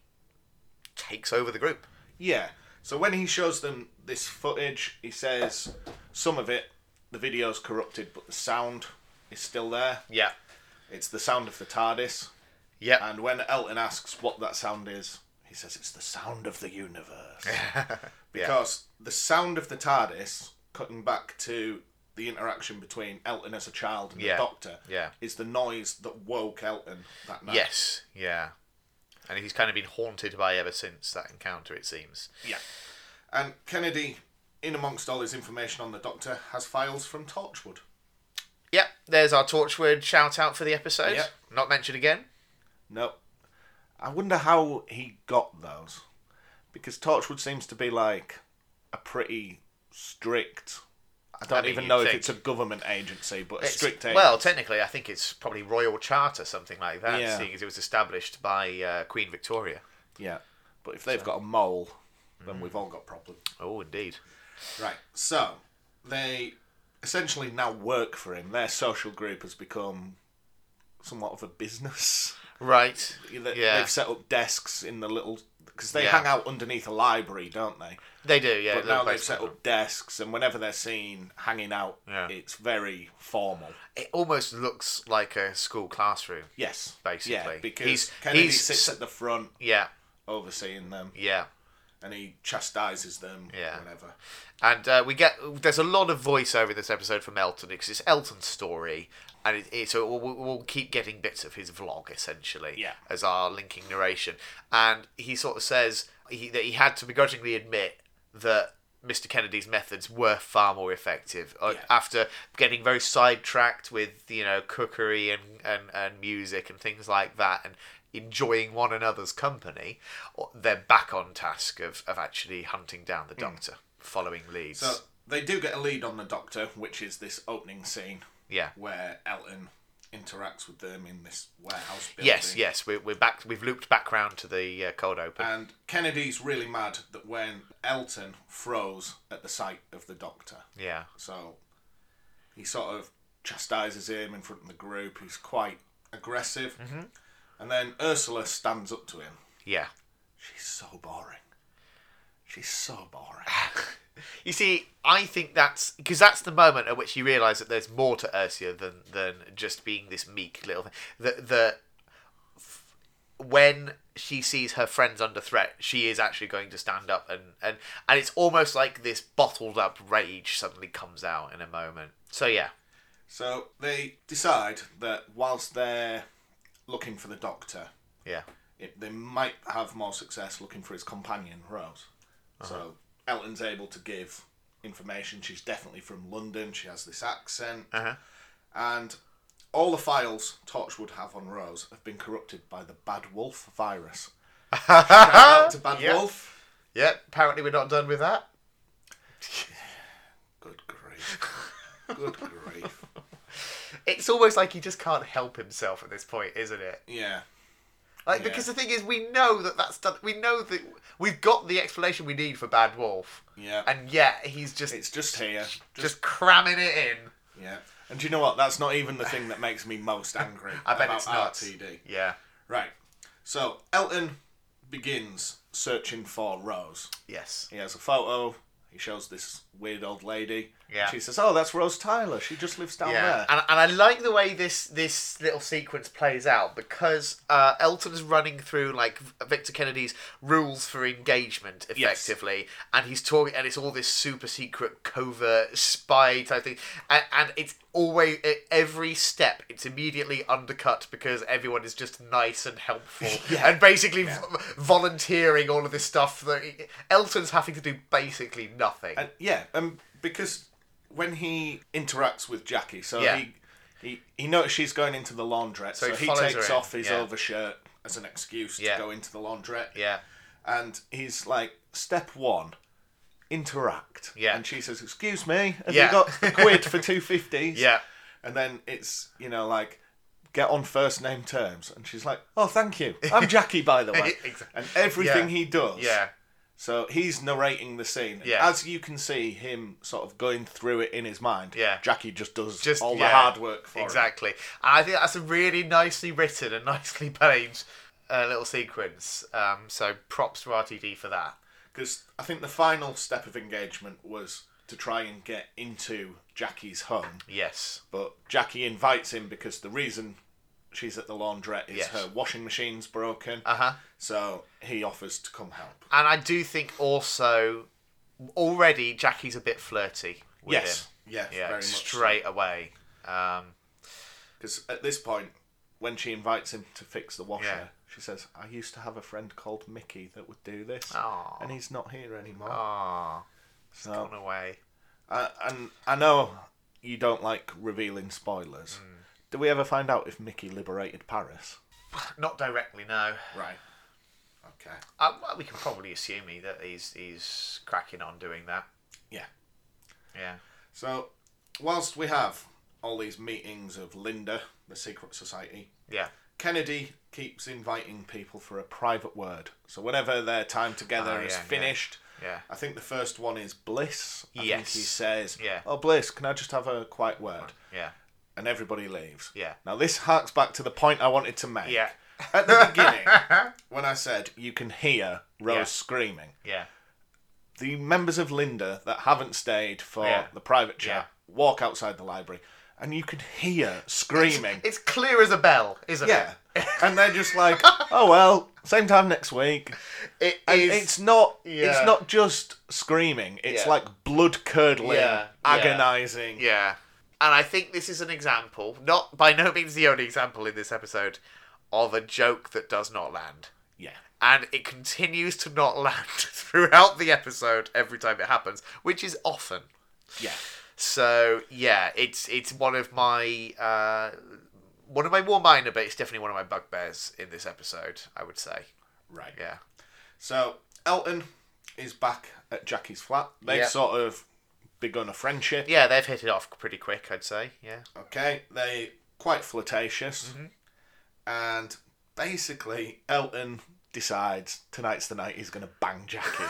Speaker 1: takes over the group.
Speaker 2: Yeah. So when he shows them this footage, he says some of it, the video's corrupted, but the sound is still there.
Speaker 1: Yeah.
Speaker 2: It's the sound of the TARDIS.
Speaker 1: Yeah.
Speaker 2: And when Elton asks what that sound is, he says it's the sound of the universe. because the sound of the TARDIS, cutting back to the interaction between Elton as a child and
Speaker 1: Yeah.
Speaker 2: the Doctor,
Speaker 1: Yeah.
Speaker 2: is the noise that woke Elton that night.
Speaker 1: Yes, yeah. And he's kind of been haunted by ever since that encounter, it seems.
Speaker 2: Yeah. And Kennedy, in amongst all his information on the Doctor, has files from Torchwood.
Speaker 1: Yep, there's our Torchwood shout out for the episode.
Speaker 2: Yep.
Speaker 1: Not mentioned again.
Speaker 2: No. I wonder how he got those. Because Torchwood seems to be like a pretty strict. I don't
Speaker 1: mean,
Speaker 2: even
Speaker 1: you'd
Speaker 2: know if
Speaker 1: think-
Speaker 2: it's a government agency, but a
Speaker 1: It's-
Speaker 2: strict agency.
Speaker 1: well, technically, I think it's probably Royal Charter, something like that,
Speaker 2: Yeah.
Speaker 1: seeing as it was established by uh, Queen Victoria.
Speaker 2: yeah. But if they've got a mole, then we've all got problems.
Speaker 1: Oh, indeed.
Speaker 2: Mm-hmm. Right. So they essentially now work for him. Their social group has become somewhat of a business.
Speaker 1: Right.
Speaker 2: They-
Speaker 1: yeah.
Speaker 2: They've set up desks in the little. because they
Speaker 1: Yeah.
Speaker 2: hang out underneath a library, don't they?
Speaker 1: They do, yeah.
Speaker 2: But
Speaker 1: they're
Speaker 2: now they've
Speaker 1: quite
Speaker 2: set
Speaker 1: clever.
Speaker 2: up desks, and whenever they're seen hanging out,
Speaker 1: Yeah.
Speaker 2: it's very formal.
Speaker 1: It almost looks like a school classroom.
Speaker 2: Yes, yeah,
Speaker 1: Basically.
Speaker 2: because
Speaker 1: He's-
Speaker 2: Kennedy
Speaker 1: he's
Speaker 2: sits
Speaker 1: s-
Speaker 2: at the front
Speaker 1: Yeah,
Speaker 2: overseeing them,
Speaker 1: yeah.
Speaker 2: and he chastises them
Speaker 1: Yeah.
Speaker 2: whenever.
Speaker 1: And uh, we get there's a lot of voiceover in this episode from Elton because it's Elton's story, and it, it, so we'll, we'll keep getting bits of his vlog essentially
Speaker 2: Yeah.
Speaker 1: as our linking narration. And he sort of says he, that he had to begrudgingly admit that Mr. Kennedy's methods were far more effective uh,
Speaker 2: Yeah.
Speaker 1: after getting very sidetracked with you know cookery and, and, and music and things like that and enjoying one another's company. or- They're back on task of, of actually hunting down the doctor. Following leads.
Speaker 2: Mm. So they do get a lead on the Doctor, which is this opening scene
Speaker 1: Yeah.
Speaker 2: where Elton interacts with them in this warehouse building.
Speaker 1: Yes, yes. We're, we're back. We've looped back round to the uh, cold open.
Speaker 2: And Kennedy's really mad that when Elton froze at the sight of the Doctor,
Speaker 1: yeah.
Speaker 2: so he sort of chastises him in front of the group. He's quite aggressive, and then Ursula stands up to him.
Speaker 1: Yeah.
Speaker 2: She's so boring. She's so boring.
Speaker 1: You see, I think that's because that's the moment at which you realise that there's more to Ursula than than just being this meek little thing. That that f- when she sees her friends under threat, she is actually going to stand up and and and it's almost like this bottled up rage suddenly comes out in a moment. So yeah,
Speaker 2: So they decide that whilst they're looking for the Doctor,
Speaker 1: yeah,
Speaker 2: it, they might have more success looking for his companion, Rose.
Speaker 1: Uh-huh.
Speaker 2: So Elton's able to give information. She's definitely from London. She has this accent.
Speaker 1: Uh-huh.
Speaker 2: And all the files Torchwood have on Rose have been corrupted by the Bad Wolf virus. Shout out to Bad
Speaker 1: Yeah.
Speaker 2: Wolf.
Speaker 1: yeah. Apparently, we're not done with that.
Speaker 2: Good grief. Good grief.
Speaker 1: It's almost like he just can't help himself at this point, isn't it?
Speaker 2: Yeah.
Speaker 1: Like
Speaker 2: Yeah.
Speaker 1: because the thing is, we know that that's done. We know that we've got the explanation we need for Bad Wolf,
Speaker 2: Yeah.
Speaker 1: and yet he's just
Speaker 2: it's just here.
Speaker 1: just cramming it in.
Speaker 2: Yeah. And do you know what? That's not even the thing that makes me most angry
Speaker 1: I bet
Speaker 2: about
Speaker 1: it's not.
Speaker 2: RTD.
Speaker 1: Yeah,
Speaker 2: Right. So Elton begins searching for Rose.
Speaker 1: yes,
Speaker 2: He has a photo. He shows this weird old lady.
Speaker 1: Yeah.
Speaker 2: And she says, "Oh, that's Rose Tyler. She just lives down
Speaker 1: yeah.
Speaker 2: there."
Speaker 1: And, and I like the way this this little sequence plays out because uh, Elton's running through like Victor Kennedy's rules for engagement
Speaker 2: Yes.
Speaker 1: effectively, and he's talking, and it's all this super secret covert spy type thing, and, and it's always at every step it's immediately undercut because everyone is just nice and helpful and basically v- volunteering all of this stuff that e, Elton's having to do basically nothing.
Speaker 2: And yeah, um, because when he interacts with Jackie, so
Speaker 1: Yeah.
Speaker 2: he, he he knows she's going into the laundrette, so,
Speaker 1: he
Speaker 2: he,
Speaker 1: follows her
Speaker 2: takes
Speaker 1: in,
Speaker 2: off his
Speaker 1: yeah.
Speaker 2: overshirt as an excuse
Speaker 1: Yeah.
Speaker 2: to go into the laundrette.
Speaker 1: yeah,
Speaker 2: and he's like, step one, interact.
Speaker 1: Yeah.
Speaker 2: And she says, excuse me, have
Speaker 1: Yeah.
Speaker 2: you got a quid for two fifties?
Speaker 1: yeah.
Speaker 2: And then it's you know like, get on first name terms, and she's like, oh thank you, I'm Jackie by the way,
Speaker 1: Exactly.
Speaker 2: and everything
Speaker 1: Yeah.
Speaker 2: he does.
Speaker 1: Yeah,
Speaker 2: So he's narrating the scene.
Speaker 1: Yeah.
Speaker 2: As you can see him sort of going through it in his mind.
Speaker 1: Yeah.
Speaker 2: Jackie just does
Speaker 1: Just-
Speaker 2: all
Speaker 1: yeah.
Speaker 2: the hard work for him.
Speaker 1: exactly. And I think that's a really nicely written and nicely played uh, little sequence. Um, so props to RTD for that.
Speaker 2: Because I think the final step of engagement was to try and get into Jackie's home.
Speaker 1: Yes.
Speaker 2: But Jackie invites him because the reason she's at the laundrette is
Speaker 1: Yes.
Speaker 2: her washing machine's broken.
Speaker 1: Uh huh.
Speaker 2: So he offers to come help.
Speaker 1: And I do think also already Jackie's a bit flirty with
Speaker 2: yes. Yeah,
Speaker 1: him. Yeah,
Speaker 2: very
Speaker 1: straight away. Um,
Speaker 2: Because at this point, when she invites him to fix the washer,
Speaker 1: Yeah.
Speaker 2: she says, I used to have a friend called Mickey that would do this.
Speaker 1: Aw.
Speaker 2: And he's not here anymore.
Speaker 1: ah,
Speaker 2: So,
Speaker 1: gone away.
Speaker 2: uh, and I know you don't like revealing spoilers.
Speaker 1: Hmm.
Speaker 2: Do we ever find out if Mickey liberated Paris?
Speaker 1: Not directly, no.
Speaker 2: Right. Okay.
Speaker 1: Uh, well, we can probably assume he, that he's he's cracking on doing that.
Speaker 2: Yeah.
Speaker 1: Yeah.
Speaker 2: So, whilst we have all these meetings of Linda, the secret society,
Speaker 1: Yeah.
Speaker 2: Kennedy keeps inviting people for a private word. So, whenever their time together
Speaker 1: Ah,
Speaker 2: is
Speaker 1: yeah, yeah.
Speaker 2: finished,
Speaker 1: Yeah.
Speaker 2: I think the first one is Bliss. I
Speaker 1: Yes.
Speaker 2: think he says,
Speaker 1: Yeah.
Speaker 2: Oh, Bliss, can I just have a quiet word?
Speaker 1: Yeah.
Speaker 2: And everybody leaves.
Speaker 1: Yeah.
Speaker 2: Now, this harks back to the point I wanted to make.
Speaker 1: Yeah.
Speaker 2: At the beginning, when I said you can hear Rose
Speaker 1: Yeah.
Speaker 2: screaming.
Speaker 1: Yeah.
Speaker 2: The members of Linda that haven't stayed for
Speaker 1: Yeah.
Speaker 2: the private chat walk outside the library, and you can hear screaming.
Speaker 1: It's clear as a bell, isn't
Speaker 2: yeah, and they're just like, "Oh well, same time next week."
Speaker 1: it? It
Speaker 2: And
Speaker 1: is.
Speaker 2: it's not.
Speaker 1: yeah.
Speaker 2: It's not just screaming. It's
Speaker 1: Yeah.
Speaker 2: like blood curdling,
Speaker 1: Yeah, yeah.
Speaker 2: agonizing.
Speaker 1: Yeah. And I think this is an example, not by no means the only example in this episode, of a joke that does not land.
Speaker 2: yeah.
Speaker 1: And it continues to not land throughout the episode every time it happens, which is often.
Speaker 2: Yeah.
Speaker 1: So yeah, it's it's one of my uh, one of my more minor, but it's definitely one of my bugbears in this episode. I would say,
Speaker 2: Right.
Speaker 1: yeah,
Speaker 2: So Elton is back at Jackie's flat. They've
Speaker 1: Yeah.
Speaker 2: sort of begun a friendship.
Speaker 1: yeah, they've hit it off pretty quick. I'd say, yeah,
Speaker 2: Okay. They quite flirtatious,
Speaker 1: Mm-hmm.
Speaker 2: and basically Elton decides tonight's the night he's going to bang Jackie.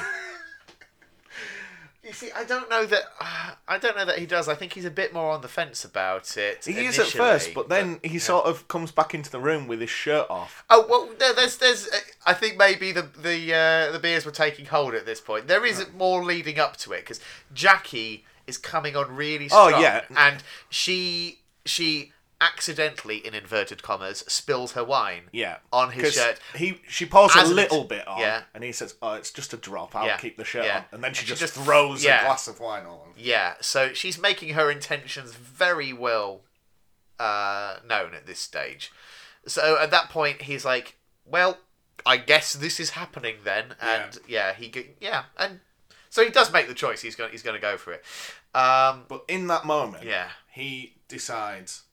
Speaker 1: You see, I don't know that. Uh, I don't know that he does. I think he's a bit more on the fence about it.
Speaker 2: he is at first,
Speaker 1: initially,
Speaker 2: but then he sort of comes back into the room with his shirt off.
Speaker 1: Oh well, there- there's there's. uh, I think maybe the the uh, the beers were taking hold at this point. There is more leading up to it because Jackie is coming on really
Speaker 2: Oh,
Speaker 1: strong.
Speaker 2: yeah.
Speaker 1: and she she accidentally in inverted commas spills her wine.
Speaker 2: Yeah,
Speaker 1: on his
Speaker 2: 'Cause
Speaker 1: shirt.
Speaker 2: He she pours
Speaker 1: As
Speaker 2: a
Speaker 1: an-
Speaker 2: little bit on,
Speaker 1: yeah.
Speaker 2: and he says, "Oh, it's just a drop. I'll
Speaker 1: Yeah,
Speaker 2: keep the shirt
Speaker 1: yeah.
Speaker 2: on." And then she,
Speaker 1: She
Speaker 2: just,
Speaker 1: just-
Speaker 2: throws
Speaker 1: yeah.
Speaker 2: a glass of wine on. him.
Speaker 1: Yeah, so she's making her intentions very well uh, known at this stage. So at that point, he's like, "Well, I guess this is happening then," and yeah, he go- yeah, and so he does make the choice. He's going he's going to go for it. Um,
Speaker 2: But in that moment,
Speaker 1: yeah,
Speaker 2: he decides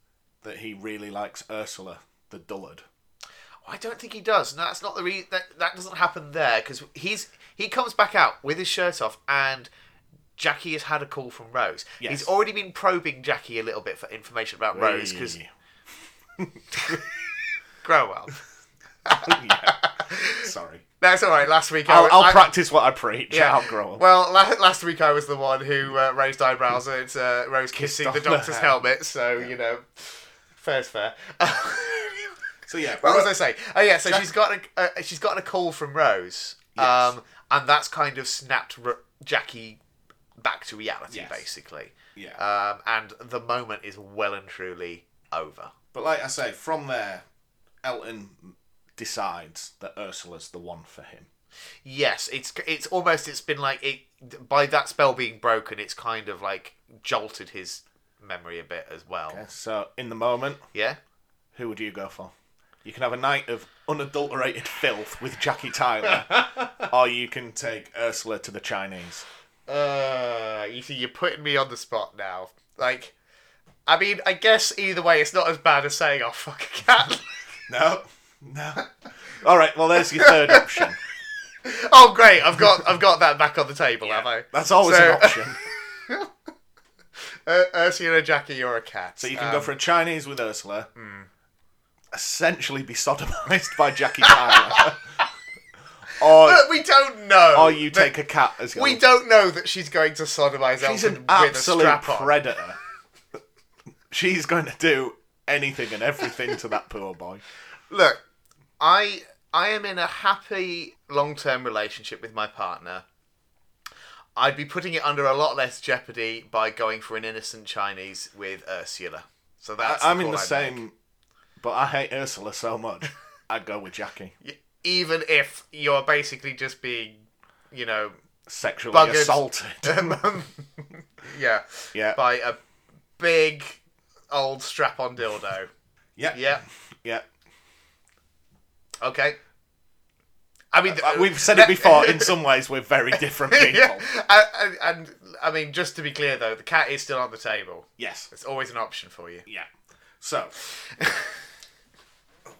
Speaker 2: that he really likes Ursula the dullard.
Speaker 1: I don't think he does. No, that's not the re- that that doesn't happen there because he's he comes back out with his shirt off and. Jackie has had a call from Rose.
Speaker 2: Yes.
Speaker 1: He's already been probing Jackie a little bit for information about Rose because grow up.
Speaker 2: yeah. sorry.
Speaker 1: That's all right. Last week, I
Speaker 2: I'll,
Speaker 1: was-
Speaker 2: I'll
Speaker 1: I-
Speaker 2: practice what I preach.
Speaker 1: yeah.
Speaker 2: I'll grow up.
Speaker 1: Well, la- last week I was the one who uh, raised eyebrows at uh, Rose kissing
Speaker 2: off
Speaker 1: the
Speaker 2: the
Speaker 1: doctor's
Speaker 2: hand.
Speaker 1: helmet. So you know, fair's fair.
Speaker 2: so yeah,
Speaker 1: what was I saying? Oh yeah, so she's got a uh, she's gotten a call from Rose,
Speaker 2: Yes.
Speaker 1: um, and that's kind of snapped R- Jackie back to reality,
Speaker 2: Yes.
Speaker 1: basically.
Speaker 2: yeah.
Speaker 1: Um, and the moment is well and truly over.
Speaker 2: but like I say, from there, Elton decides that Ursula's the one for him.
Speaker 1: Yes, it's it's almost it's been like it by that spell being broken, it's kind of like jolted his memory a bit as well.
Speaker 2: So in the moment,
Speaker 1: Yeah.
Speaker 2: who would you go for? You can have a night of unadulterated filth with Jackie Tyler, or you can take Ursula to the Chinese.
Speaker 1: Uh, you see, you're putting me on the spot now. Like, I mean, I guess either way, it's not as bad as saying I'll fuck a cat.
Speaker 2: No, no. All right. Well, there's your third option.
Speaker 1: oh, great! I've got I've got that back on the table, have I?
Speaker 2: That's always
Speaker 1: So-
Speaker 2: an option.
Speaker 1: Uh, Ursula, Jackie, you're a cat. Um,
Speaker 2: So you can go for a Chinese with Ursula.
Speaker 1: hmm.
Speaker 2: Essentially, be sodomized by Jackie Tyler, or
Speaker 1: But we don't know.
Speaker 2: or you
Speaker 1: that-
Speaker 2: take a cat as your.
Speaker 1: We don't know that she's going to sodomise
Speaker 2: She's
Speaker 1: Elton
Speaker 2: an
Speaker 1: with a
Speaker 2: absolute
Speaker 1: strap on.
Speaker 2: predator. She's going to do anything and everything to that poor boy.
Speaker 1: look i i am in a happy long-term relationship with my partner i'd be putting it under a lot less jeopardy by going for an innocent chinese with ursula so that's
Speaker 2: I'm in
Speaker 1: call
Speaker 2: the
Speaker 1: I'd
Speaker 2: same, but I hate Ursula so much. I'd go with Jackie.
Speaker 1: make. even if you're basically just being you know
Speaker 2: Sexually
Speaker 1: Buggered.
Speaker 2: assaulted.
Speaker 1: yeah
Speaker 2: Yeah.
Speaker 1: by a big old strap-on dildo
Speaker 2: Yeah,
Speaker 1: yeah
Speaker 2: yeah.
Speaker 1: okay i mean
Speaker 2: Uh, We've said it before. In some ways, we're very different people.
Speaker 1: yeah, and, and, and I mean, just to be clear though, the cat is still on the table.
Speaker 2: Yes.
Speaker 1: It's always an option for you.
Speaker 2: Yeah. So.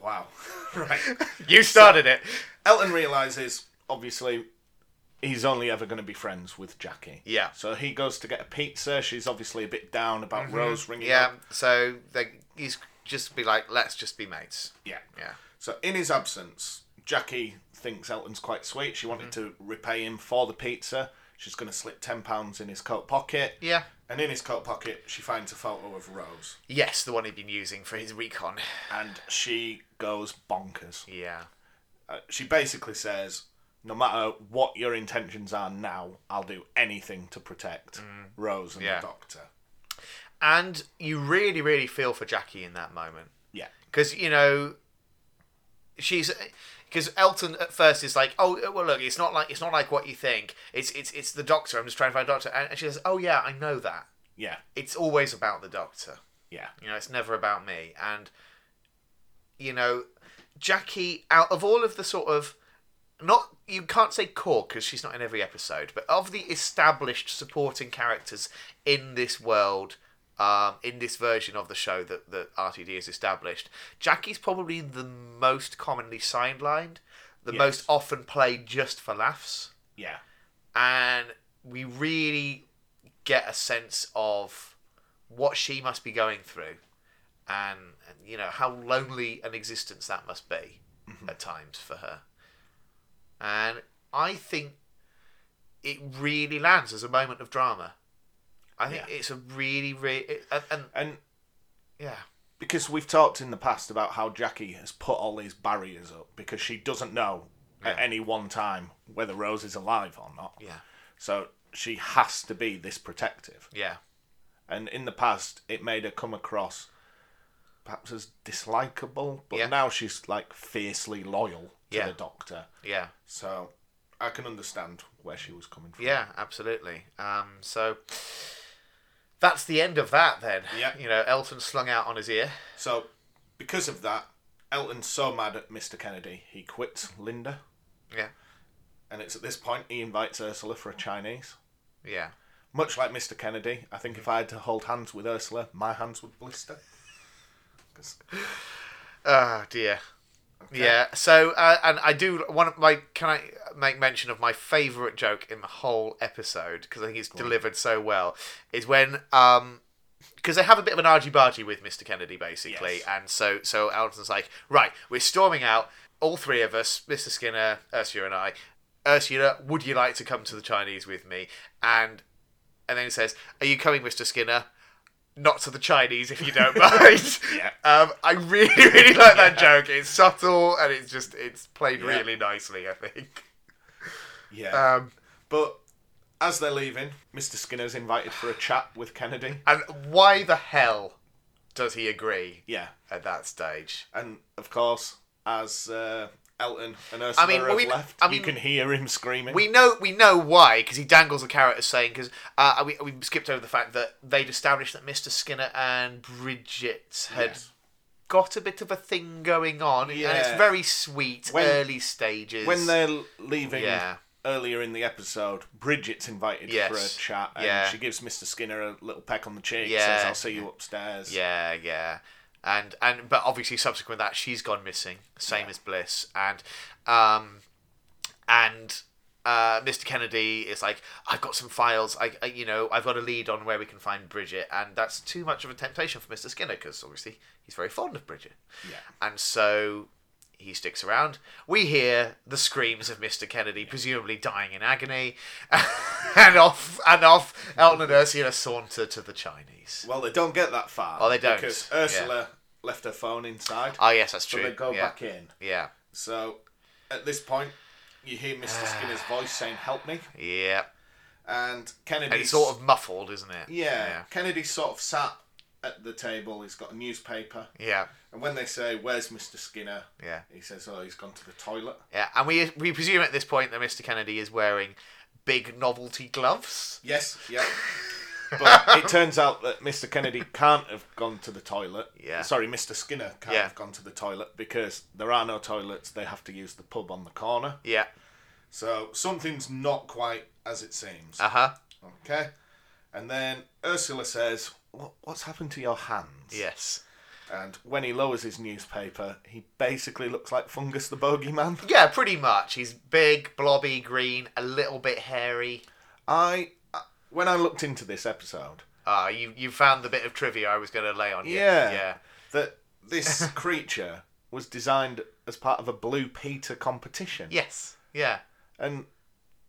Speaker 2: wow. Right.
Speaker 1: You started it.
Speaker 2: Elton realizes, obviously, he's only ever going to be friends with Jackie.
Speaker 1: Yeah.
Speaker 2: So he goes to get a pizza. She's obviously a bit down about Rose ringing.
Speaker 1: Yeah.
Speaker 2: up.
Speaker 1: So they, he's just be like, let's just be mates.
Speaker 2: Yeah.
Speaker 1: Yeah.
Speaker 2: So in his absence, Jackie thinks Elton's quite sweet. She wanted to repay him for the pizza. She's going to slip ten pounds in his coat pocket.
Speaker 1: Yeah.
Speaker 2: And in his coat pocket, she finds a photo of Rose,
Speaker 1: Yes, the one he'd been using for his recon.
Speaker 2: and she goes bonkers.
Speaker 1: Yeah.
Speaker 2: Uh, she basically says, no matter what your intentions are now, I'll do anything to protect Rose and
Speaker 1: Mm. Yeah.
Speaker 2: the Doctor.
Speaker 1: And you really, really feel for Jackie in that moment.
Speaker 2: Yeah.
Speaker 1: because you know she's because Elton at first is like, oh well, look, it's not like it's not like what you think. It's it's it's the doctor. I'm just trying to find a doctor, and and she says, oh yeah, I know that.
Speaker 2: Yeah.
Speaker 1: It's always about the doctor.
Speaker 2: Yeah.
Speaker 1: You know, it's never about me. And you know, Jackie, out of all of the sort of not you can't say core because she's not in every episode, but of the established supporting characters in this world, um, in this version of the show that that RTD has established, Jackie's probably the most commonly sidelined, the
Speaker 2: Yes.
Speaker 1: most often played just for laughs
Speaker 2: Yeah.
Speaker 1: and we really get a sense of what she must be going through and, and, you know how lonely an existence that must be at times for her and i think it really lands as a moment of drama i think it's a really really and, and
Speaker 2: And
Speaker 1: yeah
Speaker 2: because we've talked in the past about how Jackie has put all these barriers up because she doesn't know at any one time whether Rose is alive or not.
Speaker 1: yeah
Speaker 2: So she has to be this protective.
Speaker 1: yeah
Speaker 2: And in the past, it made her come across perhaps as dislikable, but
Speaker 1: Yeah.
Speaker 2: now she's like fiercely loyal to
Speaker 1: Yeah.
Speaker 2: the doctor.
Speaker 1: yeah
Speaker 2: So I can understand where she was coming from.
Speaker 1: Yeah, absolutely. Um, so that's the end of that then.
Speaker 2: Yeah.
Speaker 1: You know, Elton slung out on his ear.
Speaker 2: So because of that, Elton's so mad at Mr. Kennedy, he quits Linda.
Speaker 1: Yeah.
Speaker 2: And it's at this point he invites Ursula for a Chinese.
Speaker 1: Yeah.
Speaker 2: Much like Mr. Kennedy, I think if I had to hold hands with Ursula, my hands would blister. 'Cause-
Speaker 1: Oh dear. Yeah. So, uh, and I do one of my. Can I make mention of my favourite joke in the whole episode because I think it's delivered so well? Is when um. Because they have a bit of an argy bargy with Mr. Kennedy, basically,
Speaker 2: Yes.
Speaker 1: and so so Alton's like, right, we're storming out. All three of us, Mr. Skinner, Ursula, and I. Ursula, would you like to come to the Chinese with me? And and then he says, "Are you coming, Mr. Skinner?" Not to the Chinese, if you don't mind.
Speaker 2: Yeah.
Speaker 1: Um, I really, really like that joke. It's subtle and it's just it's played
Speaker 2: Yeah.
Speaker 1: really nicely. I think.
Speaker 2: Yeah.
Speaker 1: Um,
Speaker 2: But as they're leaving, Mr. Skinner's invited for a chat with Kennedy.
Speaker 1: and why the hell does he agree
Speaker 2: Yeah.
Speaker 1: at that stage?
Speaker 2: And of course, as uh, Elton and Ursula
Speaker 1: mean,
Speaker 2: have
Speaker 1: we-
Speaker 2: left,
Speaker 1: I
Speaker 2: you
Speaker 1: mean-
Speaker 2: can hear him screaming.
Speaker 1: We know we know why because he dangles a carrot as saying because uh, we we skipped over the fact that they'd established that Mr. Skinner and Bridget had
Speaker 2: Yes.
Speaker 1: got a bit of a thing going on, and it's
Speaker 2: Yeah.
Speaker 1: very sweet
Speaker 2: When-
Speaker 1: early stages.
Speaker 2: when they're leaving
Speaker 1: Yeah.
Speaker 2: earlier in the episode, Bridget's invited for
Speaker 1: Yes.
Speaker 2: a chat, and
Speaker 1: Yeah.
Speaker 2: she gives Mr. Skinner a little peck on the cheek,
Speaker 1: Yeah.
Speaker 2: says, "I'll see you upstairs."
Speaker 1: Yeah, yeah. And and but obviously subsequent to that she's gone missing, same as Bliss. And um and uh, Mr. Kennedy is like, I've got some files. I, I, you know, I've got a lead on where we can find Bridget, and that's too much of a temptation for Mr. Skinner because obviously he's very fond of Bridget,
Speaker 2: Yeah.
Speaker 1: and so he sticks around. We hear the screams of Mr. Kennedy, presumably dying in agony, and off and off. Elton and Ursula saunter to the Chinese.
Speaker 2: Well, they don't get that far.
Speaker 1: Oh, they don't.
Speaker 2: Because
Speaker 1: Yeah.
Speaker 2: Ursula left her phone inside,
Speaker 1: Oh yes, that's
Speaker 2: so
Speaker 1: true.
Speaker 2: they go
Speaker 1: yeah.
Speaker 2: back in.
Speaker 1: Yeah,
Speaker 2: So at this point, you hear Mr. Skinner's voice saying, "Help me,"
Speaker 1: yeah.
Speaker 2: and Kennedy
Speaker 1: And it's sort of muffled, isn't it?
Speaker 2: yeah, Kennedy sort of sat at the table. He's got a newspaper,
Speaker 1: yeah, yeah,
Speaker 2: and when they say, "Where's Mr. Skinner?"
Speaker 1: yeah.
Speaker 2: he says, "Oh, he's gone to the toilet."
Speaker 1: yeah. And we we presume at this point that Mr. Kennedy is wearing big novelty gloves.
Speaker 2: Yes, yeah. but it turns out that Mr. Kennedy can't have gone to the toilet.
Speaker 1: Yeah.
Speaker 2: Sorry, Mr. Skinner can't
Speaker 1: Yeah.
Speaker 2: have gone to the toilet because there are no toilets. They have to use the pub on the corner.
Speaker 1: Yeah.
Speaker 2: So something's not quite as it seems.
Speaker 1: Uh huh.
Speaker 2: Okay. And then Ursula says, what, What's happened to your hands?
Speaker 1: Yes.
Speaker 2: And when he lowers his newspaper, he basically looks like Fungus the Bogeyman.
Speaker 1: Yeah, pretty much. He's big, blobby, green, a little bit hairy.
Speaker 2: I. I- When I looked into this episode,
Speaker 1: Ah, you you found the bit of trivia I was going to lay on you.
Speaker 2: Yeah.
Speaker 1: Yeah.
Speaker 2: that this creature was designed as part of a Blue Peter competition.
Speaker 1: Yes. Yeah.
Speaker 2: And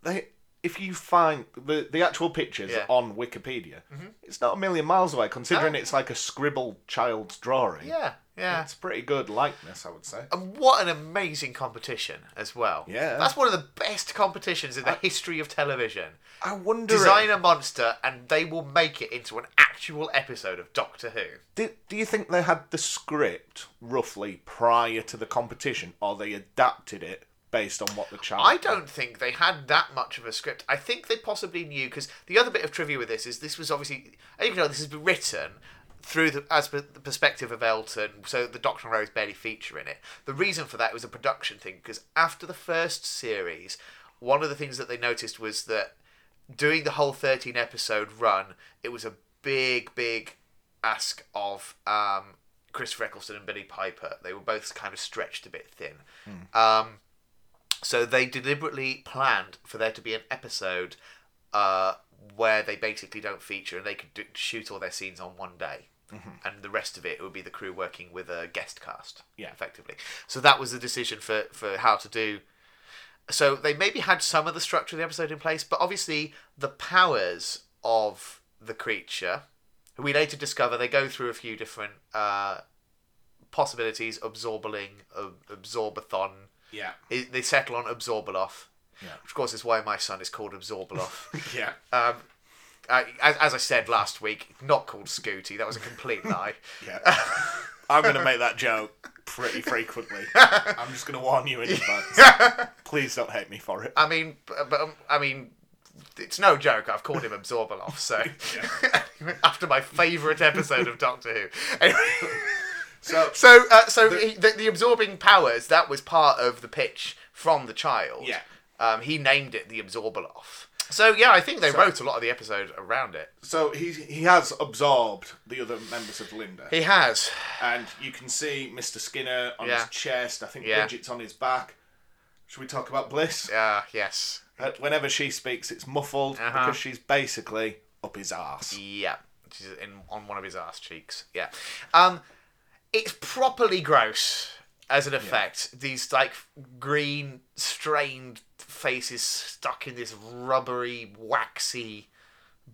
Speaker 2: they if you find the, the actual pictures
Speaker 1: Yeah. Mm-hmm.
Speaker 2: on Wikipedia, it's not a million miles away, considering
Speaker 1: No.
Speaker 2: it's like a scribble child's drawing.
Speaker 1: Yeah, Oh, yeah.
Speaker 2: It's a pretty good likeness, I would say.
Speaker 1: And what an amazing competition as well.
Speaker 2: Yeah.
Speaker 1: That's one of the best competitions in the history of television.
Speaker 2: I wonder.
Speaker 1: Design a monster and they will make it into an actual episode of Doctor Who.
Speaker 2: Do, do you think they had the script roughly prior to the competition, or they adapted it based on what the child?
Speaker 1: I don't think they had that much of a script. I think they possibly knew because the other bit of trivia with this is this was obviously, and even though this has been written through the, as per the perspective of Elton, so the Doctor and Rose barely feature in it. The reason for that was a production thing because after the first series, one of the things that they noticed was that doing the whole 13 episode run, it was a big, big ask of um, Christopher Eccleston and Billy Piper. They were both kind of stretched a bit thin. Um, so they deliberately planned for there to be an episode uh, where they basically don't feature and they could do, shoot all their scenes on one day. And the rest of it would be the crew working with a guest cast,
Speaker 2: Yeah.
Speaker 1: effectively. So that was the decision for, for how to do so they maybe had some of the structure of the episode in place, but obviously the powers of the creature, who we later discover they go through a few different uh, possibilities: absorbling, ab- absorbathon.
Speaker 2: Yeah.
Speaker 1: I- They settle on absorbaloff,
Speaker 2: Yeah.
Speaker 1: which of course is why my son is called absorbaloff.
Speaker 2: Yeah.
Speaker 1: um, I, as, as I said last week, not called Scooty. That was a complete lie.
Speaker 2: Yeah. I'm going to make that joke pretty frequently. I'm just going to warn you in advance. Please don't hate me for it.
Speaker 1: I mean, b- but um, I mean, it's no joke. I've called him Absorbaloff. So after my favourite episode of Doctor Who, Anyway,
Speaker 2: So,
Speaker 1: so uh, so he, the, the absorbing powers that was part of the pitch from the child.
Speaker 2: Yeah.
Speaker 1: Um, he named it the Absorbaloff. So yeah, I think they wrote a lot of the episode around it.
Speaker 2: so he he has absorbed the other members of Linda,
Speaker 1: He has.
Speaker 2: and you can see Mr. Skinner on
Speaker 1: Yeah.
Speaker 2: his chest. I think
Speaker 1: Yeah.
Speaker 2: Bridget's on his back. Should we talk about Bliss?
Speaker 1: Uh, yes.
Speaker 2: Uh, whenever she speaks, it's muffled
Speaker 1: Uh-huh.
Speaker 2: because she's basically up his arse.
Speaker 1: Yeah, she's in on one of his ass cheeks. Yeah, um, it's properly gross as an effect. These like green strained faces stuck in this rubbery waxy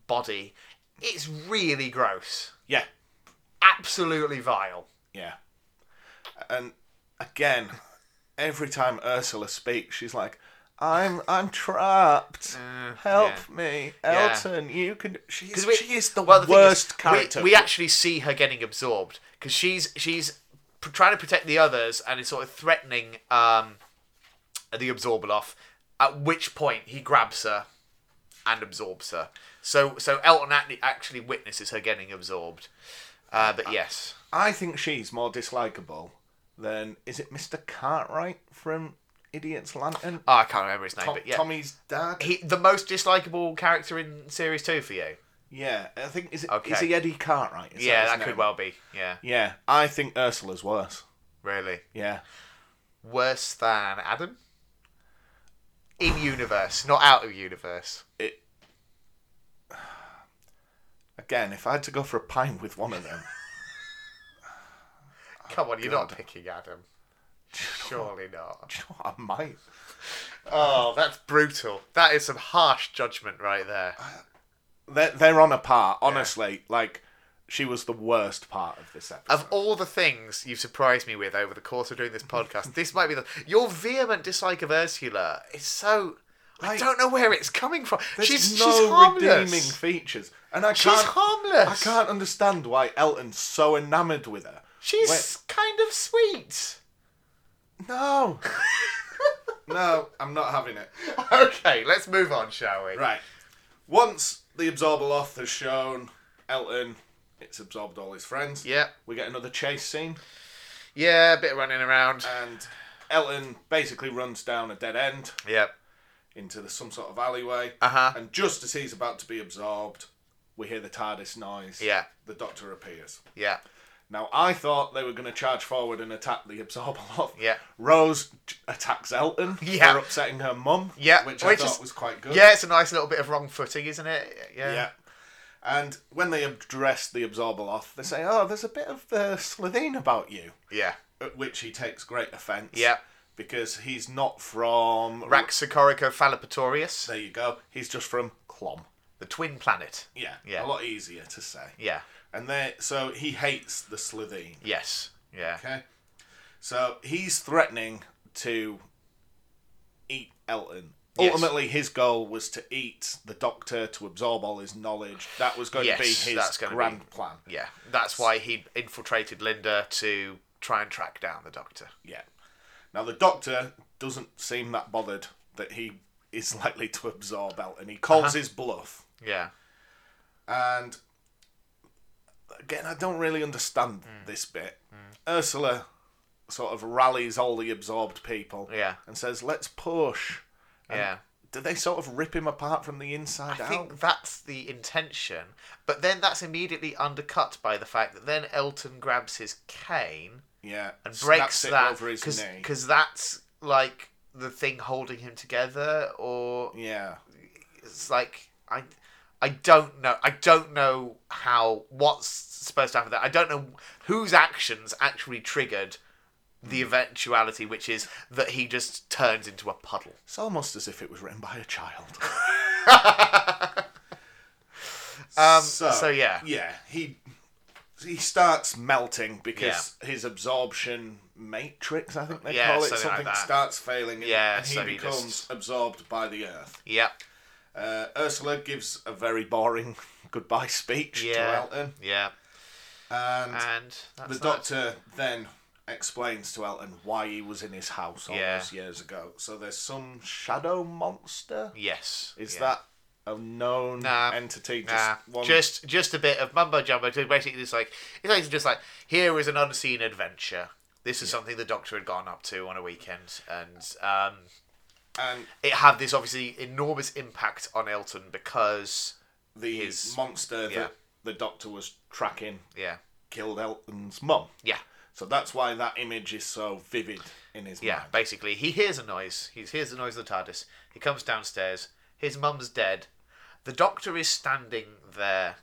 Speaker 1: body. It's really gross.
Speaker 2: Yeah,
Speaker 1: Absolutely vile.
Speaker 2: yeah. And again, every time Ursula speaks, she's like, "I'm I'm trapped. Help me,
Speaker 1: Mm, Yeah.
Speaker 2: Elton. You can." She's,
Speaker 1: 'Cause we-
Speaker 2: she is the,
Speaker 1: well, thing is,
Speaker 2: worst character.
Speaker 1: We, we actually see her getting absorbed because she's she's p- trying to protect the others and is sort of threatening um, the absorber off. At which point he grabs her and absorbs her. So so Elton act- actually witnesses her getting absorbed. Uh, but yes,
Speaker 2: I think she's more dislikable than is it Mr. Cartwright from Idiot's Lantern?
Speaker 1: oh, I can't remember his name,
Speaker 2: Tom-
Speaker 1: but yeah,
Speaker 2: Tommy's dad.
Speaker 1: he the most dislikable character in series two for you.
Speaker 2: Yeah, I think is it is
Speaker 1: Okay.
Speaker 2: he Eddie Cartwright? Is
Speaker 1: yeah,
Speaker 2: his
Speaker 1: that
Speaker 2: name?
Speaker 1: could well be. Yeah,
Speaker 2: Yeah, I think Ursula's worse.
Speaker 1: really
Speaker 2: Yeah.
Speaker 1: worse than Adam. In universe, not out of universe.
Speaker 2: It. Again, if I had to go for a pint with one of them,
Speaker 1: Come on, you're not picking Adam. Surely not.
Speaker 2: do you know what, I might.
Speaker 1: Oh, that's brutal. That is some harsh judgment right there.
Speaker 2: They're, they're on a par, honestly. Like, she was the worst part of this episode.
Speaker 1: Of all the things you've surprised me with over the course of doing this podcast, this might be the your vehement dislike of Ursula is so. I
Speaker 2: Like,
Speaker 1: don't know where it's coming from.
Speaker 2: There's
Speaker 1: She's
Speaker 2: no
Speaker 1: she's harmless.
Speaker 2: redeeming features, and I
Speaker 1: she's
Speaker 2: can't. I
Speaker 1: harmless.
Speaker 2: can't understand why Elton's so enamoured with her.
Speaker 1: She's
Speaker 2: Wait.
Speaker 1: kind of sweet.
Speaker 2: No. no, I'm not having it.
Speaker 1: Okay, let's move on, shall we?
Speaker 2: Right. Once the Absorbaloth has shown Elton it's absorbed all his friends,
Speaker 1: Yeah,
Speaker 2: we get another chase scene,
Speaker 1: yeah, a bit of running around.
Speaker 2: and Elton basically runs down a dead end
Speaker 1: Yep.
Speaker 2: into the, some sort of alleyway.
Speaker 1: Uh huh.
Speaker 2: And just as he's about to be absorbed, we hear the TARDIS noise.
Speaker 1: Yeah.
Speaker 2: The Doctor appears.
Speaker 1: Yeah.
Speaker 2: Now, I thought they were going to charge forward and attack the Absorbaloth.
Speaker 1: Yeah.
Speaker 2: Rose j- attacks Elton
Speaker 1: Yeah.
Speaker 2: for upsetting her mum.
Speaker 1: Yeah, which
Speaker 2: Which, I thought
Speaker 1: is-
Speaker 2: was quite good.
Speaker 1: Yeah, it's a nice little bit of wrong footing, isn't it? Yeah.
Speaker 2: Yeah. And when they address the Absorbaloth, they say, oh, there's a bit of the Slovene uh, about you.
Speaker 1: Yeah.
Speaker 2: At which he takes great offence.
Speaker 1: Yeah.
Speaker 2: because he's not from.
Speaker 1: Raxacorico phallopatorius,
Speaker 2: There you go. He's just from Clom.
Speaker 1: the twin planet.
Speaker 2: Yeah,
Speaker 1: Yeah.
Speaker 2: a lot easier to say.
Speaker 1: Yeah.
Speaker 2: And there, so he hates the Slitheen.
Speaker 1: Yes. Yeah.
Speaker 2: Okay, so he's threatening to eat Elton.
Speaker 1: Yes.
Speaker 2: Ultimately, his goal was to eat the Doctor to absorb all his knowledge. That was going to be
Speaker 1: Yes,
Speaker 2: his
Speaker 1: that's gonna be-
Speaker 2: grand plan.
Speaker 1: Yeah. That's why he infiltrated Linda to try and track down the Doctor.
Speaker 2: Yeah. Now the Doctor doesn't seem that bothered that he is likely to absorb Elton. He calls
Speaker 1: Uh-huh.
Speaker 2: his bluff.
Speaker 1: Yeah.
Speaker 2: And again, I don't really understand
Speaker 1: Hmm.
Speaker 2: this bit. Ursula sort of rallies all the absorbed people
Speaker 1: Yeah.
Speaker 2: and says, let's push.
Speaker 1: Yeah.
Speaker 2: Do they sort of rip him apart from the inside
Speaker 1: I
Speaker 2: out?
Speaker 1: think that's the intention, but then that's immediately undercut by the fact that then Elton grabs his cane
Speaker 2: yeah.
Speaker 1: and breaks
Speaker 2: snaps it
Speaker 1: that
Speaker 2: over his knee.
Speaker 1: because that's like the thing holding him together, or
Speaker 2: Yeah.
Speaker 1: it's like I, I don't know. I don't know how what's supposed to happen. There, I don't know whose actions actually triggered
Speaker 2: Hmm.
Speaker 1: the eventuality, which is that he just turns into a puddle.
Speaker 2: It's almost as if it was written by a child.
Speaker 1: Um, so, yeah.
Speaker 2: yeah, he he starts melting because his absorption matrix, I think they
Speaker 1: Yeah,
Speaker 2: call it,
Speaker 1: something like
Speaker 2: something
Speaker 1: that.
Speaker 2: starts failing, and,
Speaker 1: Yeah,
Speaker 2: and he
Speaker 1: so he
Speaker 2: becomes
Speaker 1: just-
Speaker 2: absorbed by the Earth.
Speaker 1: Yep.
Speaker 2: Uh, Ursula gives a very boring goodbye speech to
Speaker 1: Yeah.
Speaker 2: Elton,
Speaker 1: Yeah.
Speaker 2: and
Speaker 1: And that's
Speaker 2: the
Speaker 1: that.
Speaker 2: Doctor then explains to Elton why he was in his house all
Speaker 1: Yeah.
Speaker 2: those years ago. So there's some shadow monster.
Speaker 1: Yes.
Speaker 2: Is
Speaker 1: yeah.
Speaker 2: that a known
Speaker 1: Nah.
Speaker 2: entity? Just
Speaker 1: Nah,
Speaker 2: one
Speaker 1: just just a bit of mumbo jumbo. To basically, just like it's like just like here is an unseen adventure. This is something the Doctor had gone up to on a weekend, and um,
Speaker 2: and
Speaker 1: it had this obviously enormous impact on Elton because
Speaker 2: the
Speaker 1: His-
Speaker 2: monster
Speaker 1: yeah.
Speaker 2: that the doctor was tracking
Speaker 1: yeah,
Speaker 2: killed Elton's mum.
Speaker 1: yeah,
Speaker 2: So that's why that image is so vivid in his
Speaker 1: yeah.
Speaker 2: mind.
Speaker 1: Basically, he hears a noise. He hears the noise of the TARDIS. He comes downstairs. His mum's dead. The Doctor is standing there,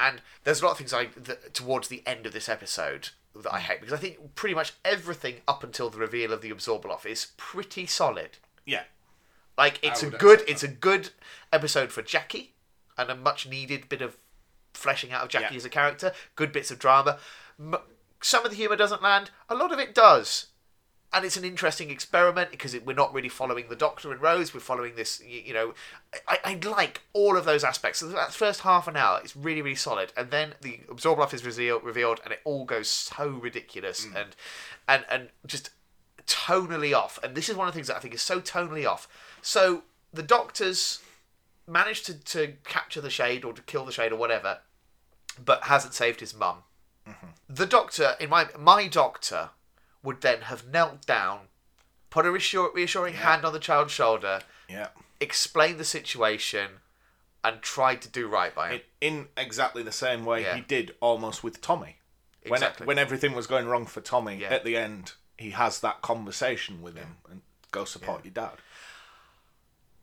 Speaker 1: and there's a lot of things I th towards the end of this episode that I hate because I think pretty much everything up until the reveal of the absorbable off is pretty solid.
Speaker 2: Yeah.
Speaker 1: Like it's a
Speaker 2: would
Speaker 1: good
Speaker 2: accept
Speaker 1: it's a good episode for Jackie and a much needed bit of fleshing out of Jackie
Speaker 2: Yeah.
Speaker 1: as a character, good bits of drama. M- some of the humor doesn't land, a lot of it does. And it's an interesting experiment because it, we're not really following the Doctor and Rose. We're following this, you, you know. I, I like all of those aspects. So that first half an hour is really, really solid, and then the absorb off is revealed, revealed, and it all goes so ridiculous and and and just tonally off. And this is one of the things that I think is so tonally off. So the Doctor's managed to, to capture the shade or to kill the shade or whatever, but hasn't saved his mum. The doctor, in my my doctor, would then have knelt down, put a reassure, reassuring hand on the child's shoulder,
Speaker 2: Yeah.
Speaker 1: explained the situation, and tried to do right by him.
Speaker 2: In, in exactly the same way
Speaker 1: Yeah.
Speaker 2: he did almost with Tommy. When, e-,
Speaker 1: Exactly.
Speaker 2: when everything was going wrong for Tommy,
Speaker 1: Yeah.
Speaker 2: at the end, he has that conversation with him and go support your dad.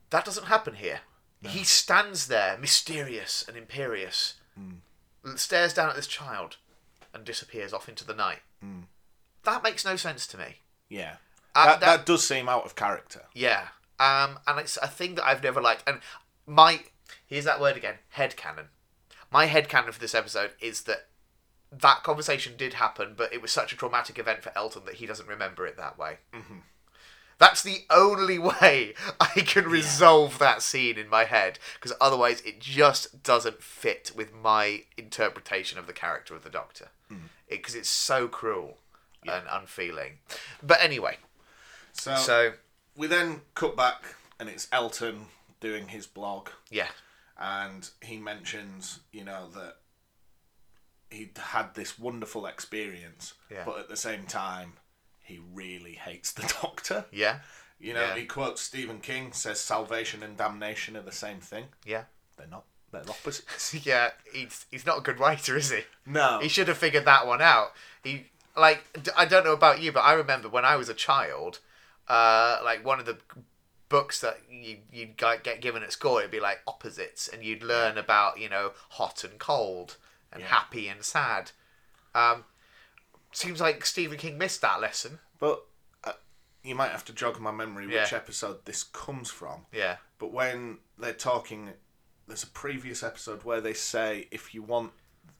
Speaker 1: That doesn't happen here. He stands there, mysterious and imperious, stares down at this child, and disappears off into the night. That makes no sense to me.
Speaker 2: Yeah.
Speaker 1: Uh,
Speaker 2: that,
Speaker 1: that-
Speaker 2: that does seem out of character.
Speaker 1: Yeah. Um, and it's a thing that I've never liked. And my here's that word again, headcanon. My headcanon for this episode is that that conversation did happen, but it was such a traumatic event for Elton that he doesn't remember it that way. That's the only way I can resolve that scene in my head, because otherwise it just doesn't fit with my interpretation of the character of the Doctor. Because it's so cruel and unfeeling. But anyway,
Speaker 2: So,
Speaker 1: so
Speaker 2: we then cut back, and it's Elton doing his blog.
Speaker 1: yeah.
Speaker 2: and he mentions, you know, that he'd had this wonderful experience,
Speaker 1: Yeah.
Speaker 2: but at the same time, he really hates the Doctor.
Speaker 1: Yeah.
Speaker 2: You know,
Speaker 1: Yeah.
Speaker 2: he quotes Stephen King, says salvation and damnation are the same thing.
Speaker 1: Yeah.
Speaker 2: They're not. They're opposites.
Speaker 1: Yeah, he's he's not a good writer, is he?
Speaker 2: No.
Speaker 1: He should have figured that one out. He like d- I don't know about you, but I remember when I was a child, uh, like one of the books that you you'd g- get given at school, it'd be like opposites, and you'd learn about you know hot and cold and happy and sad. Um, seems like Stephen King missed that lesson.
Speaker 2: But uh, you might have to jog my memory
Speaker 1: Yeah.
Speaker 2: which episode this comes from,
Speaker 1: Yeah.
Speaker 2: but when they're talking, there's a previous episode where they say if you want,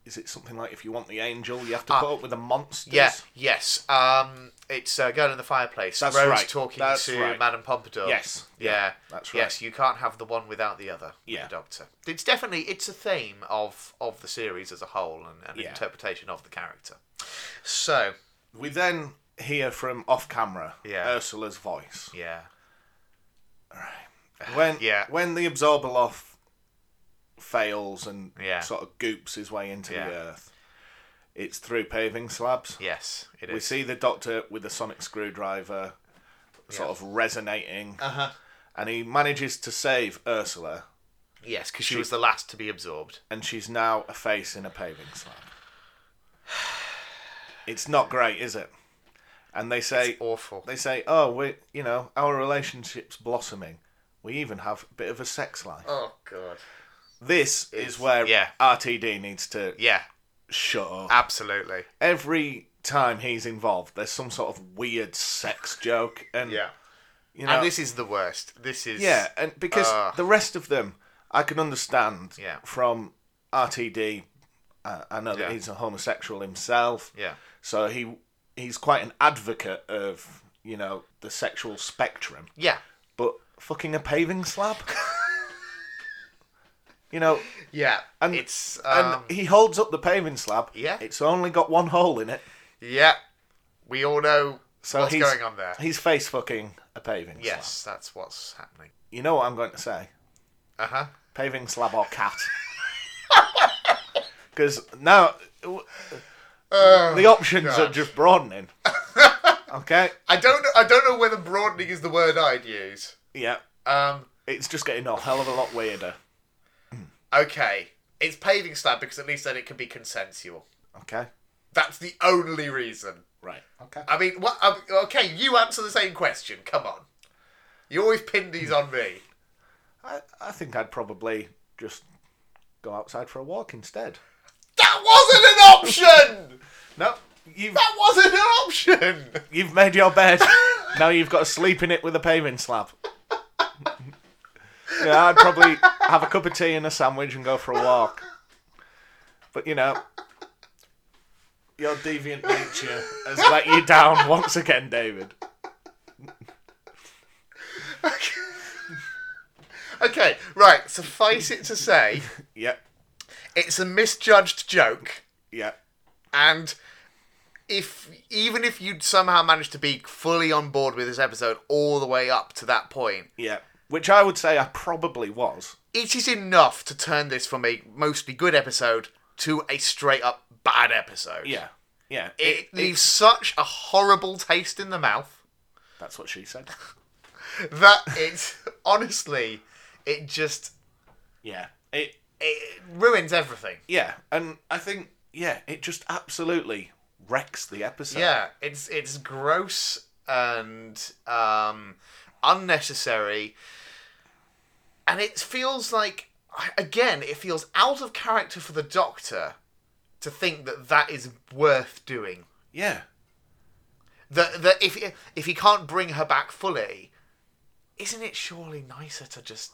Speaker 2: is it something like if you want the angel, you have to put up with the monsters.
Speaker 1: Ah. Yeah. Yes. Um, it's uh, Girl in the Fireplace.
Speaker 2: That's
Speaker 1: Rose
Speaker 2: right.
Speaker 1: talking
Speaker 2: That's
Speaker 1: to
Speaker 2: right.
Speaker 1: Madame Pompadour.
Speaker 2: Yes.
Speaker 1: Yeah.
Speaker 2: That's
Speaker 1: Yes, you can't have the one without the other. with
Speaker 2: Yeah.
Speaker 1: The Doctor. It's definitely it's a theme of of the series as a whole and an
Speaker 2: Yeah.
Speaker 1: interpretation of the character. So
Speaker 2: We then hear from off camera
Speaker 1: Yeah.
Speaker 2: Ursula's voice.
Speaker 1: yeah.
Speaker 2: When
Speaker 1: Yeah.
Speaker 2: when the Absorbaloth fails and
Speaker 1: Yeah.
Speaker 2: sort of goops his way into
Speaker 1: Yeah.
Speaker 2: the earth, it's through paving slabs.
Speaker 1: Yes. It
Speaker 2: We
Speaker 1: is.
Speaker 2: see the doctor with a sonic screwdriver sort
Speaker 1: Yeah.
Speaker 2: of resonating
Speaker 1: Uh-huh.
Speaker 2: and he manages to save Ursula
Speaker 1: Yes, because she was the last to be absorbed.
Speaker 2: and she's now a face in a paving slab. It's not great, is it? And they say
Speaker 1: It's awful.
Speaker 2: they say, "Oh, we, you know, our relationship's blossoming. We even have a bit of a sex life."
Speaker 1: Oh god.
Speaker 2: This is where
Speaker 1: yeah.
Speaker 2: RTD needs to
Speaker 1: Yeah.
Speaker 2: shut up.
Speaker 1: Absolutely.
Speaker 2: Every time he's involved, there's some sort of weird sex joke, and you know,
Speaker 1: And this is the worst. This is
Speaker 2: yeah, and because
Speaker 1: Ugh.
Speaker 2: the rest of them, I can understand
Speaker 1: Yeah.
Speaker 2: from RTD. Uh, I know that
Speaker 1: Yeah.
Speaker 2: he's a homosexual himself,
Speaker 1: Yeah.
Speaker 2: so he he's quite an advocate of you know the sexual spectrum.
Speaker 1: Yeah.
Speaker 2: but fucking a paving slab. you know,
Speaker 1: Yeah.
Speaker 2: And-
Speaker 1: it's
Speaker 2: and
Speaker 1: um,
Speaker 2: he holds up the paving slab.
Speaker 1: Yeah.
Speaker 2: It's only got one hole in it.
Speaker 1: yeah. We all know
Speaker 2: So
Speaker 1: what's
Speaker 2: he's-
Speaker 1: going on there.
Speaker 2: He's face fucking a paving slab.
Speaker 1: Yes, that's what's happening.
Speaker 2: You know what I'm going to say?
Speaker 1: Uh huh.
Speaker 2: Paving slab or cat. Because now w-
Speaker 1: Oh,
Speaker 2: the options are
Speaker 1: gosh.
Speaker 2: just broadening. okay?
Speaker 1: I don't. I don't know whether broadening is the word I'd use.
Speaker 2: Yeah.
Speaker 1: Um.
Speaker 2: It's just getting a hell of a lot weirder.
Speaker 1: Okay. It's paving slab because at least then it can be consensual.
Speaker 2: Okay?
Speaker 1: That's the only reason.
Speaker 2: Right. Okay.
Speaker 1: I mean, what? I mean, okay, you answer the same question. Come on. You always pin these on me.
Speaker 2: I, I think I'd probably just go outside for a walk instead.
Speaker 1: That wasn't an option.
Speaker 2: No, you've
Speaker 1: That wasn't an option.
Speaker 2: you've made your bed. now you've got to sleep in it with a paving slab. yeah, I'd probably have a cup of tea and a sandwich and go for a walk. But you know, your deviant nature has let you down once again, David.
Speaker 1: Okay, right. Suffice it to say,
Speaker 2: Yep,
Speaker 1: it's a misjudged joke,
Speaker 2: yep,
Speaker 1: and if even if you'd somehow managed to be fully on board with this episode all the way up to that point,
Speaker 2: yep. Which I would say I probably was.
Speaker 1: it is enough to turn this from a mostly good episode to a straight up bad episode.
Speaker 2: Yeah, yeah.
Speaker 1: It, leaves such a horrible taste in the mouth
Speaker 2: that's what she said.
Speaker 1: that it's honestly, it just
Speaker 2: Yeah, it
Speaker 1: it ruins everything.
Speaker 2: yeah, and I think yeah, it just absolutely wrecks the episode.
Speaker 1: Yeah, it's it's gross and um, unnecessary, and it feels like again it feels out of character for the Doctor to think that that is worth doing.
Speaker 2: yeah,
Speaker 1: That that if if he can't bring her back fully, isn't it surely nicer to just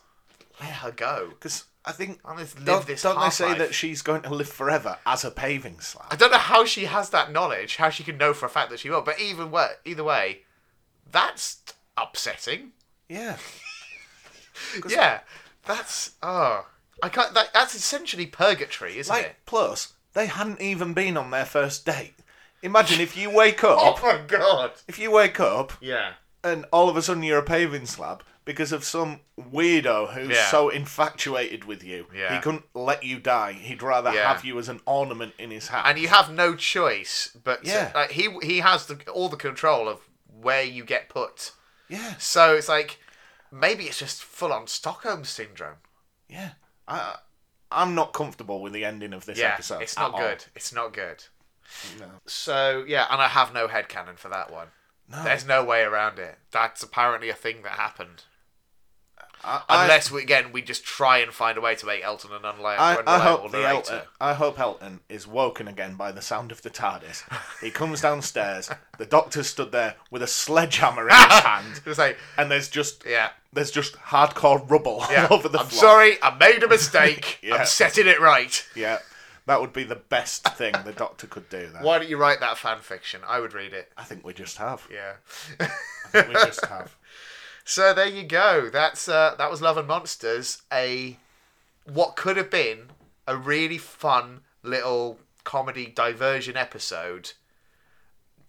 Speaker 1: let her go?
Speaker 2: because I think
Speaker 1: And let's live
Speaker 2: don't,
Speaker 1: this
Speaker 2: don't they
Speaker 1: half
Speaker 2: say
Speaker 1: life.
Speaker 2: that she's going to live forever as a paving
Speaker 1: I
Speaker 2: slab?
Speaker 1: don't know how she has that knowledge, how she can know for a fact that she will. But even way, either way, that's upsetting.
Speaker 2: Yeah,
Speaker 1: Yeah, that's oh, I can't. That, that's essentially purgatory, isn't
Speaker 2: like
Speaker 1: it?
Speaker 2: plus they hadn't even been on their first date. Imagine if you wake
Speaker 1: Oh
Speaker 2: up,
Speaker 1: my god!
Speaker 2: if you wake up,
Speaker 1: Yeah,
Speaker 2: and all of a sudden you're a paving slab because of some weirdo who's
Speaker 1: Yeah.
Speaker 2: so infatuated with you,
Speaker 1: Yeah.
Speaker 2: he couldn't let you die. He'd rather
Speaker 1: Yeah.
Speaker 2: have you as an ornament in his house.
Speaker 1: and you have no choice but to-
Speaker 2: Yeah.
Speaker 1: like, he he has the, all the control of where you get put.
Speaker 2: yeah,
Speaker 1: So it's like maybe it's just full on Stockholm syndrome.
Speaker 2: yeah. I, I'm not comfortable with the ending of this
Speaker 1: Yeah,
Speaker 2: episode.
Speaker 1: it's
Speaker 2: at
Speaker 1: not
Speaker 2: all.
Speaker 1: good. It's not good.
Speaker 2: No.
Speaker 1: So yeah, and I have no headcanon for that one.
Speaker 2: No.
Speaker 1: There's no way around it. That's apparently a thing that happened.
Speaker 2: I, I-
Speaker 1: Unless we, again we just try and find a way to make Elton an unreli-
Speaker 2: I,
Speaker 1: unreliable
Speaker 2: I hope the
Speaker 1: narrator.
Speaker 2: Elton, I hope Elton is woken again by the sound of the TARDIS. He comes downstairs. The doctor stood there with a sledgehammer in his hand,
Speaker 1: It's like,
Speaker 2: and there's just
Speaker 1: yeah,
Speaker 2: there's just hardcore rubble
Speaker 1: yeah.
Speaker 2: all over the
Speaker 1: I'm
Speaker 2: floor.
Speaker 1: sorry, I made a mistake.
Speaker 2: Yeah.
Speaker 1: I'm setting it right.
Speaker 2: Yeah, that would be the best thing the doctor could do. That
Speaker 1: Why don't you write that fan fiction? I would read it.
Speaker 2: I think we just have.
Speaker 1: Yeah.
Speaker 2: I think we just have.
Speaker 1: So there you go. That's uh, that was Love and Monsters. A what could have been a really fun little comedy diversion episode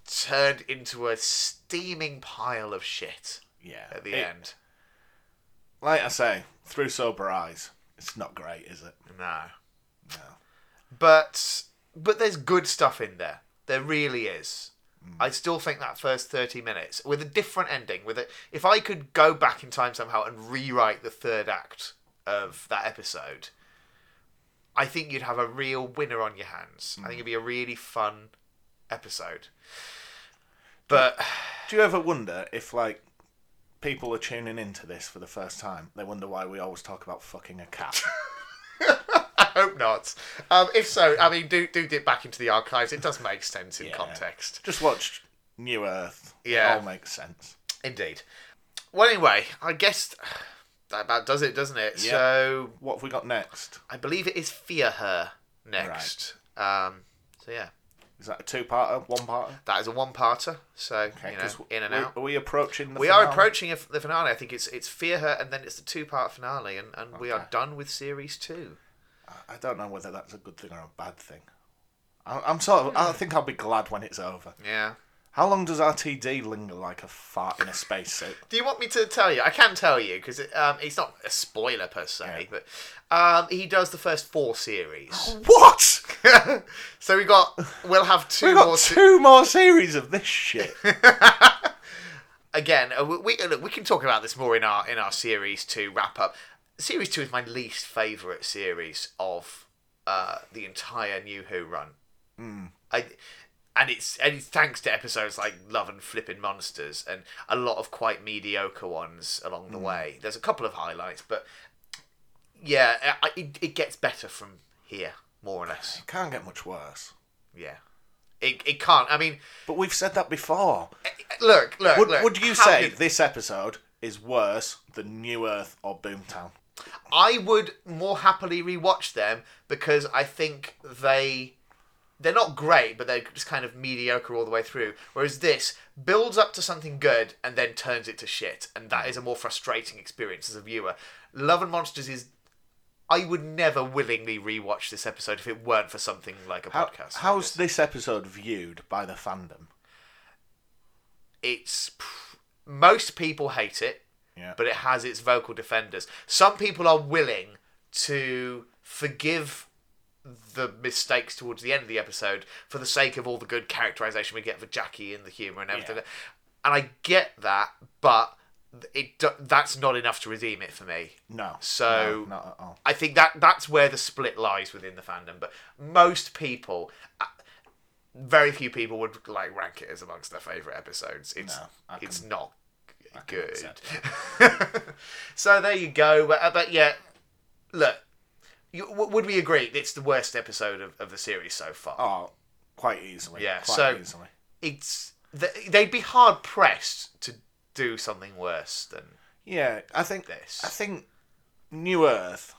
Speaker 1: turned into a steaming pile of shit
Speaker 2: Yeah.
Speaker 1: at the
Speaker 2: It-
Speaker 1: end.
Speaker 2: Like I say, through sober eyes, it's not great, is it?
Speaker 1: No.
Speaker 2: No.
Speaker 1: But but there's good stuff in there. There really is.
Speaker 2: Mm.
Speaker 1: I still think that first 30 minutes with a different ending with it if I could go back in time somehow and rewrite the third act of that episode I think you'd have a real winner on your hands.
Speaker 2: Mm.
Speaker 1: I think it'd be a really fun episode. But
Speaker 2: Do you ever wonder if like people are tuning into this for the first time? They wonder why we always talk about fucking a cat.
Speaker 1: I hope not. Um, if so, I mean, do do dip back into the archives. It does make sense in
Speaker 2: Yeah.
Speaker 1: context.
Speaker 2: just watch New Earth.
Speaker 1: Yeah.
Speaker 2: it all makes sense.
Speaker 1: Indeed. Well, anyway, I guess that about does it, doesn't it?
Speaker 2: Yeah.
Speaker 1: So
Speaker 2: What have we got next?
Speaker 1: I believe it is Fear Her next. Um, so yeah,
Speaker 2: Is that a two-parter, one-parter?
Speaker 1: that is a one-parter. So
Speaker 2: Okay,
Speaker 1: you
Speaker 2: 'cause
Speaker 1: know, in and
Speaker 2: we-
Speaker 1: out.
Speaker 2: Are we approaching the?
Speaker 1: We
Speaker 2: finale?
Speaker 1: are approaching a f- the finale. I think it's it's Fear Her, and then it's the two-part finale, and, and we are done with series two.
Speaker 2: I don't know whether that's a good thing or a bad thing. I- I'm sort of. I think I'll be glad when it's over.
Speaker 1: Yeah.
Speaker 2: How long does RTD linger like a fart in a spacesuit?
Speaker 1: Do you want me to tell you? I can tell you because it, um, it's not a spoiler per se,
Speaker 2: Yeah. Oh.
Speaker 1: but um, he does the first four series.
Speaker 2: What?
Speaker 1: so we got we'll have 2
Speaker 2: We've got
Speaker 1: more se-
Speaker 2: two more series of this shit.
Speaker 1: again, uh, we we, uh, look, we can talk about this more in our in our series to wrap up. Series two is my least favorite series of uh, the entire New Who run.
Speaker 2: Hmm.
Speaker 1: I and it's and it's thanks to episodes like Love and Flippin' Monsters and a lot of quite mediocre ones along the
Speaker 2: Hmm.
Speaker 1: way. There's a couple of highlights, but yeah, I, it, it gets better from here, more or less.
Speaker 2: Can't get much worse.
Speaker 1: Yeah, it it can't. I mean, eh,
Speaker 2: But we've said that before.
Speaker 1: look, look.
Speaker 2: Would,
Speaker 1: look,
Speaker 2: would you
Speaker 1: how
Speaker 2: say
Speaker 1: did-
Speaker 2: this episode is worse than New Earth or Boomtown?
Speaker 1: I would more happily rewatch them because I think they they're not great, but they're just kind of mediocre all the way through. Whereas this builds up to something good and then turns it to shit, and that is a more frustrating experience as a viewer. Love and Monsters is I would never willingly rewatch this episode if it weren't for something like a
Speaker 2: How-
Speaker 1: podcast.
Speaker 2: how's this episode viewed by the fandom?
Speaker 1: it's pr- most people hate it,
Speaker 2: Yeah.
Speaker 1: but it has its vocal defenders. Some people are willing to forgive the mistakes towards the end of the episode for the sake of all the good characterization we get for Jackie and the humor and everything. And I get that, but it do- that's not enough to redeem it for me.
Speaker 2: No.
Speaker 1: So-
Speaker 2: no, not at all.
Speaker 1: I think that that's where the split lies within the fandom. But most people, uh, very few people would like rank it as amongst their favorite episodes. It's
Speaker 2: No, I
Speaker 1: it's not good.
Speaker 2: accept
Speaker 1: so there you go. But, uh, but yeah, look, you, w- would we agree it's the worst episode of, of the series so far?
Speaker 2: Oh, quite easily.
Speaker 1: Yeah,
Speaker 2: Quite
Speaker 1: so-
Speaker 2: easily.
Speaker 1: It's th- they'd be hard pressed to do something worse than
Speaker 2: Yeah, I think
Speaker 1: this.
Speaker 2: I think New Earth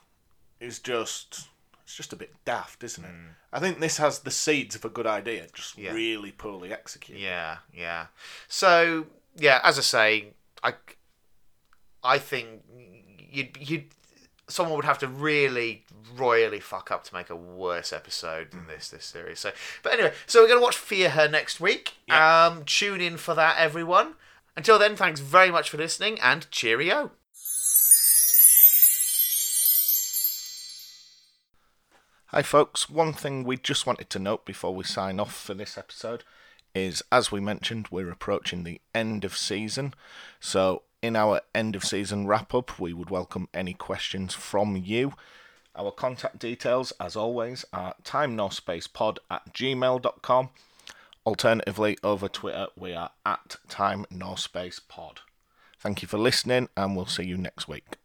Speaker 2: is just it's just a bit daft, isn't it? I think this has the seeds of a good idea, just
Speaker 1: Hmm. Yeah.
Speaker 2: really poorly executed.
Speaker 1: Yeah, yeah. So yeah, as I say, I, I think you'd you'd someone would have to really royally fuck up to make a worse episode than this this series. So, but anyway, so we're gonna watch Fear Her next week. Um, tune in for that, everyone. Until then, thanks very much for listening and cheerio.
Speaker 2: Hi, folks. One thing we just wanted to note before we sign off for this episode is as we mentioned, we're approaching the end of season. So, in our end of season wrap up, we would welcome any questions from you. Our contact details, as always, are time no space pod at gmail.com. Alternatively, over Twitter, we are at time no space pod. Thank you for listening, and we'll see you next week.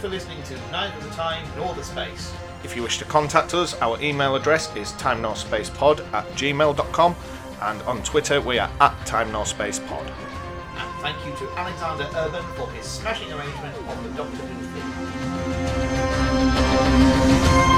Speaker 1: for listening to Neither the Time Nor the Space.
Speaker 2: If you wish to contact us, our email address is timenorspacepod at gmail.com and on Twitter we are at timenorspacepod.
Speaker 1: And thank you to Alexander Urban for his smashing arrangement of the Doctor Who theme.